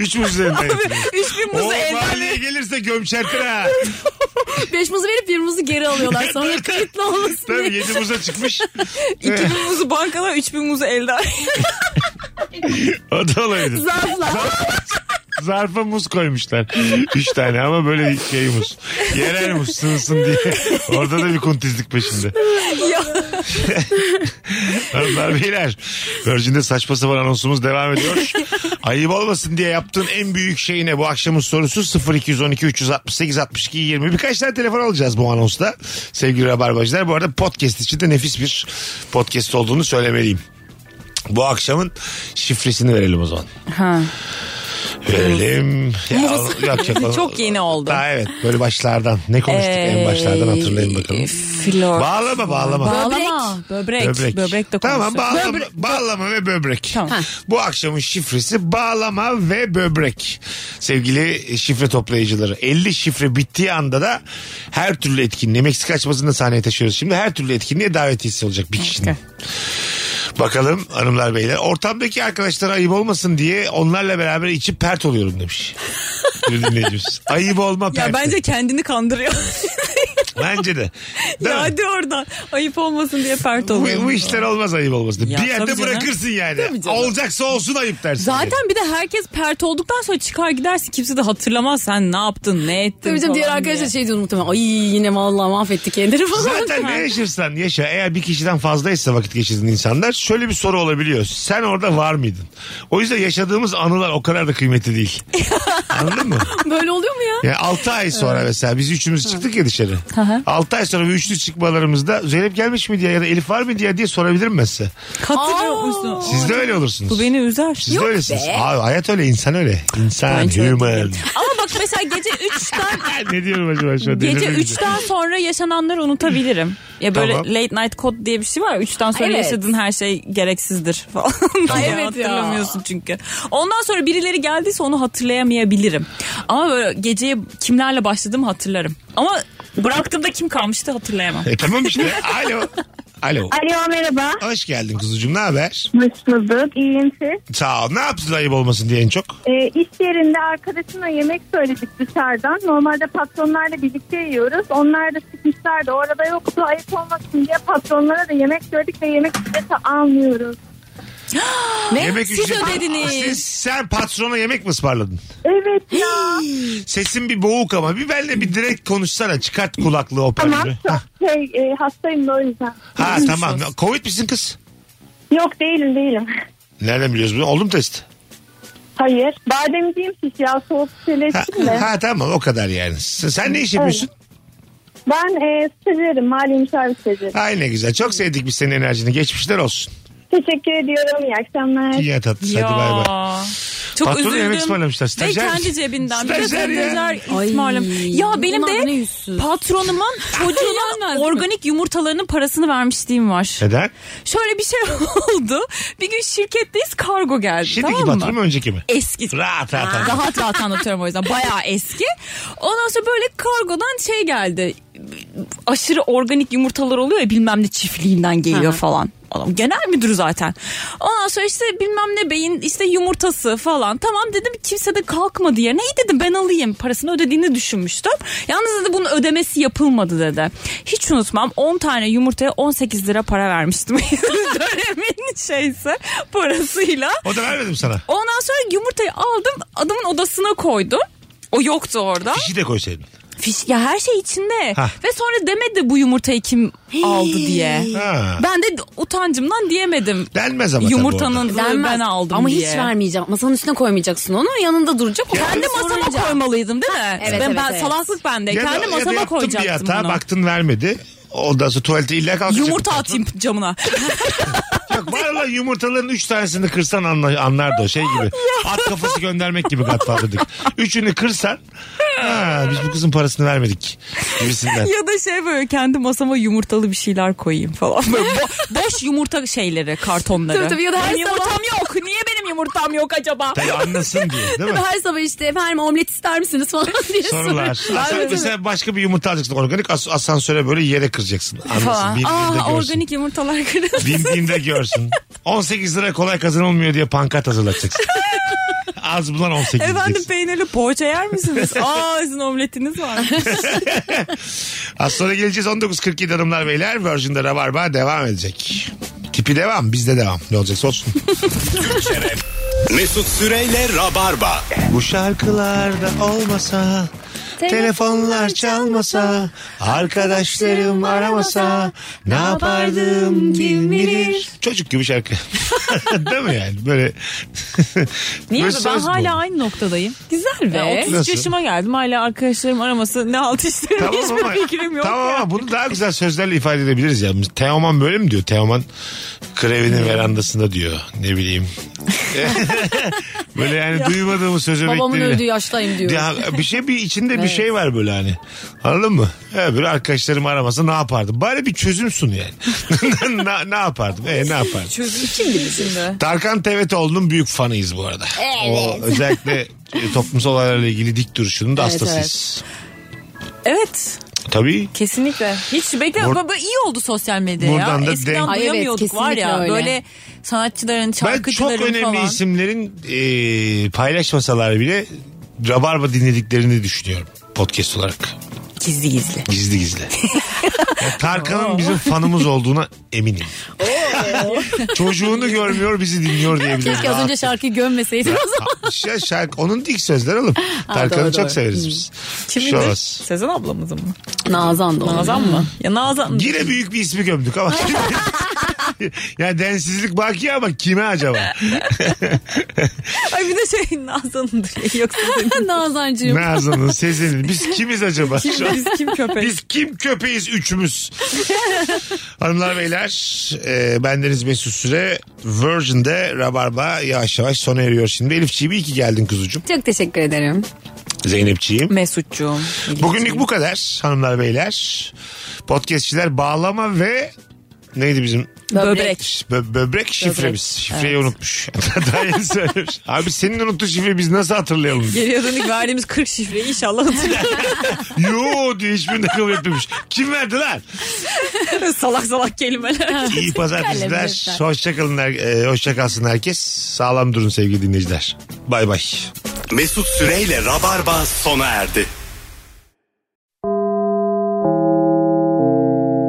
3 muz üzerinden yatırıyorsunuz.
Üç bin
O
muzu elden
mahalleye gelirse gömçertir ha.
Beş muzu verip bir muzu geri alıyorlar. Sonra kayıtlı olmasın
Tabii
diye.
7 muza çıkmış.
İki bin muzu bankalar, üç bin muzu elden.
O da olabilir.
Zarfla.
Zarfa muz koymuşlar. 3 tane ama böyle şey muz. Yerel muz sığsın diye. Orada da bir kuntizlik peşinde.
ya.
Hanımlar beyler. Virgin'de saçma sapan anonsumuz devam ediyor. Ayıp olmasın diye yaptığın en büyük şey ne? Bu akşamın sorusu 0212 368 62 20. Birkaç tane telefon alacağız bu anonsta. Sevgili Rabarbacılar. Bu arada podcast için de nefis bir podcast olduğunu söylemeliyim. Bu akşamın şifresini verelim o zaman.
Ha.
Verelim. Ya, yok, yok.
Çok yeni oldu.
Daha evet böyle başlardan. Ne konuştuk en başlardan hatırlayın bakalım.
Ee, Flor.
Bağlama bağlama.
Bağlama. Böbrek. Böbrek. de
tamam
konuşuyor.
bağlama,
Böbrek-
bağlama ve böbrek.
Tamam. Ha.
Bu akşamın şifresi bağlama ve böbrek. Sevgili şifre toplayıcıları 50 şifre bittiği anda da her türlü etkinliğe Meksika açmasını da sahneye taşıyoruz. Şimdi her türlü etkinliğe davetiyesi olacak bir kişinin. Bakalım hanımlar beyler. Ortamdaki arkadaşlara ayıp olmasın diye onlarla beraber içip pert oluyorum demiş. Bir dinleyicimiz. Ayıp olma
Ya
perti.
bence kendini kandırıyor.
Bence de. Değil
ya
mi?
hadi oradan. Ayıp olmasın diye pert
Bu,
oluyor.
bu işler olmaz ayıp olmaz. diye.
Ya,
bir yerde
tabii canım.
bırakırsın yani.
Tabii canım.
Olacaksa olsun ayıp dersin.
Zaten bir de herkes pert olduktan sonra çıkar gidersin. Kimse de hatırlamaz sen ne yaptın ne ettin
Tabii
falan
canım diğer
diye.
arkadaşlar şey diyor muhtemelen. Ay yine vallahi mahvetti kendini falan.
Zaten ne yaşarsan yaşa eğer bir kişiden fazlaysa vakit geçirdiğin insanlar şöyle bir soru olabiliyor. Sen orada var mıydın? O yüzden yaşadığımız anılar o kadar da kıymetli değil. Anladın mı?
Böyle oluyor mu ya?
Ya 6 ay sonra mesela biz üçümüz çıktık ya dışarı.
Aha.
6 ay sonra bir üçlü çıkmalarımızda Zeynep gelmiş mi diye ya da Elif var mı diye diye sorabilirim ben size.
şey-
Hatırlıyor musun?
Siz de öyle olursunuz.
Bu beni üzer.
Siz de öylesiniz. Abi, hayat öyle insan öyle. İnsan human.
Ama bak mesela gece 3'ten
ne diyorum acaba şu an?
Gece
Delirmek
3'ten sonra yaşananları unutabilirim. Ya böyle
Tamam.
late night code diye bir şey var. 3'ten sonra
Evet.
yaşadığın her şey gereksizdir falan. Diye
Evet ya.
Hatırlamıyorsun çünkü. Ondan sonra birileri geldiyse onu hatırlayamayabilirim. Ama böyle geceye kimlerle başladığımı hatırlarım. Ama bıraktığımda kim kalmıştı hatırlayamam.
E tamam işte. Alo. Alo.
Alo merhaba.
Hoş geldin kuzucuğum. Ne haber?
Hoş bulduk. İyiyim siz.
Sağ ol. Ne yaptın ayıp olmasın diye en çok?
Ee, iş yerinde arkadaşımla yemek söyledik dışarıdan. Normalde patronlarla birlikte yiyoruz. Onlar da çıkmışlardı. O arada yoktu. Ayıp olmasın diye patronlara da yemek söyledik ve yemek ücreti almıyoruz.
E,
Ne?
Yemek
Siz
ücreti-
ödediniz.
Siz, sen patrona yemek mi ısmarladın?
Evet ya.
Sesin bir boğuk ama bir benle bir direkt konuşsana. Çıkart kulaklığı
tamam.
hoparlörü. Ha,
Şey, e, hastayım da o yüzden.
ha tamam. Covid misin kız?
Yok değilim değilim.
Nereden biliyoruz bunu? Oldu mu test?
Hayır. Bademciyim şiş ya. Soğuk
Ha,
şişeleştim de.
ha tamam o kadar yani. Sen, sen ne iş
Öyle.
yapıyorsun?
Ben e, stajyerim. Mali müşavir stajyerim.
Ay ne güzel. Çok sevdik biz senin enerjini. Geçmişler olsun.
Teşekkür ediyorum. İyi akşamlar.
İyi tatlısı. Hadi bay bay.
Çok
Patronu
üzüldüm.
yemek ısmarlamışlar.
Ve
Stajyer.
kendi cebinden. Bir de
Stajyer ya.
stajyer
Ay,
ısmarlamış. Ya benim
bunlar ne
de
yüzsüz.
patronumun çocuğunun organik yumurtalarının parasını vermişliğim var.
Neden?
Şöyle bir şey oldu. Bir gün şirketteyiz kargo geldi
Şimdiki
tamam mı?
patron mu önceki mi?
Eski.
Rahat rahat.
Ha,
rahat.
Rahat rahat anlatıyorum o yüzden. Bayağı eski. Ondan sonra böyle kargodan şey geldi. Aşırı organik yumurtalar oluyor ya bilmem ne çiftliğinden geliyor falan. Adam genel müdür zaten. Ondan sonra işte bilmem ne beyin işte yumurtası falan. Tamam dedim kimse de kalkmadı yerine. İyi dedim ben alayım parasını ödediğini düşünmüştüm. Yalnız dedi bunun ödemesi yapılmadı dedi. Hiç unutmam 10 tane yumurtaya 18 lira para vermiştim. Dönemin şeyse parasıyla.
O da vermedim sana.
Ondan sonra yumurtayı aldım adamın odasına koydum. O yoktu orada.
Fişi de koysaydın.
Fiş, ya her şey içinde.
Hah.
Ve sonra demedi bu yumurtayı kim aldı diye.
Ha.
Ben de utancımdan diyemedim.
Denmez ama tabii orada.
Yumurtanın
Denmez.
ben aldım
Ama
diye.
hiç vermeyeceğim. Masanın üstüne koymayacaksın onu. Yanında duracak. O
Kendi
kendi
masama koymalıydım değil mi?
evet,
ben,
evet,
ben
evet.
salaklık bende.
Ya da-
Kendi
ya da
E, masama
yaptın bir
koyacaktım
hata,
bunu.
Baktın vermedi. Ondan sonra tuvalete illa kalkacak.
Yumurta atayım camına.
Yok valla yumurtaların üç tanesini kırsan anla, anlardı o şey gibi. At kafası göndermek gibi Godfather'dık. Üçünü kırsan ha, biz bu kızın parasını vermedik gibisinden.
ya da şey böyle kendi masama yumurtalı bir şeyler koyayım falan. Böyle bo- boş yumurta şeyleri, kartonları.
Tabii tabii ya da her
Benim
sabah-
yumurtam yok. Niye benim yumurtam yok acaba?
Tabii anlasın diye değil mi?
Her sabah işte efendim omlet ister misiniz falan diye
Sorular.
soruyor.
Asan-
Evet,
mesela başka bir yumurta alacaksın organik as- asansöre böyle yere kıracaksın. Anlasın.
falan.
Bindiğinde
Aa,
görsün.
organik yumurtalar kırıldı.
Bindiğinde görsün. 18 lira kolay kazanılmıyor diye pankart hazırlatacaksın. Az bulan 18
Efendim
diyeceksin.
peynirli poğaça yer misiniz? Aa sizin omletiniz var.
Az sonra geleceğiz 19.47 hanımlar beyler. Virgin'de Rabarba devam edecek. Tipi devam bizde devam. Ne olacaksa olsun.
Mesut Süreyle Rabarba.
Bu şarkılarda olmasa Telefonlar çalmasa Arkadaşlarım aramasa Ne yapardım kim bilir Çocuk gibi şarkı Değil mi yani böyle Böyle
Niye be? ben
söz bu.
hala aynı noktadayım. Güzel be.
Ben
33
Nasıl?
yaşıma geldim hala arkadaşlarım araması ne alt işlerim
Tamam
hiçbir
ama-
fikrim yok
Tamam
ya.
ama bunu daha güzel sözlerle ifade edebiliriz ya. Teoman böyle mi diyor? Teoman krevinin verandasında diyor. Ne bileyim. böyle yani duymadığımız söz
Babamın
örnekleriyle.
öldüğü yaştayım diyor.
Ya bir şey bir içinde bir şey var böyle hani. Anladın mı? Öbür arkadaşlarım aramasa ne yapardım? Bari bir çözüm sun yani. ne, ne yapardım? E, ne yapardım?
Çözüm şimdi mi şimdi?
Tarkan Tevedoğlu'nun büyük fanıyız bu arada. O özellikle e, toplumsal olaylarla ilgili dik duruşunun da
Evet,
hastasıyız.
Evet
Tabii.
kesinlikle. Hiç bekle
Bur-
Baba iyi oldu sosyal medya
Buradan
ya.
da
Eskiden
denk-
Ay evet,
duyamıyorduk var ya
kesinlikle öyle.
böyle sanatçıların
Ben çok
şarkıcıların
önemli
falan.
isimlerin e, paylaşmasalar bile Rabarba dinlediklerini düşünüyorum podcast olarak.
Gizli gizli.
Gizli gizli. Ya Tarkan'ın bizim fanımız olduğuna eminim. Çocuğunu görmüyor bizi dinliyor diyebilirim.
Keşke az önce şarkıyı gömmeseydin o zaman.
Şarkı, şarkı, onun dik sözler oğlum.
Ha,
Tarkan'ı
doğru,
çok
doğru.
severiz biz.
Kimindir?
Şovaz.
Sezen ablamızın mı?
Nazan da olur.
Nazan mı? Ya Nazan.
Yine büyük bir ismi gömdük ama. ya densizlik baki ama kime acaba?
Ay bir de şey Nazan'ın direği yoksa senin.
Nazancığım.
Nazan'ın, Sezen'in. Biz kimiz acaba?
Kim
şu an?
biz kim köpek?
Biz kim köpeğiz üçümüz. Hanımlar beyler e, bendeniz Mesut Süre Virgin'de Rabarba yavaş yavaş sona eriyor şimdi. Elifçiğim iyi ki geldin kuzucuğum.
Çok teşekkür ederim.
Zeynepçiğim.
Mesutcuğum.
Bugünlük bu kadar hanımlar beyler. Podcastçiler bağlama ve neydi bizim
Böbrek.
Bö- böbrek şifremiz. Şifreyi unutmuş. Daha yeni söylemiş. Abi senin unuttuğun şifreyi biz nasıl hatırlayalım?
Geriye dönük verdiğimiz 40 şifreyi inşallah hatırlar.
Yo diye hiçbirini kabul etmemiş. Kim verdi lan?
salak salak kelimeler.
İyi pazartesiler.
Kalemizler.
Hoşçakalın. E, hoşça kalsın herkes. Sağlam durun sevgili dinleyiciler. Bay bay.
Mesut Süreyle Rabarba sona erdi.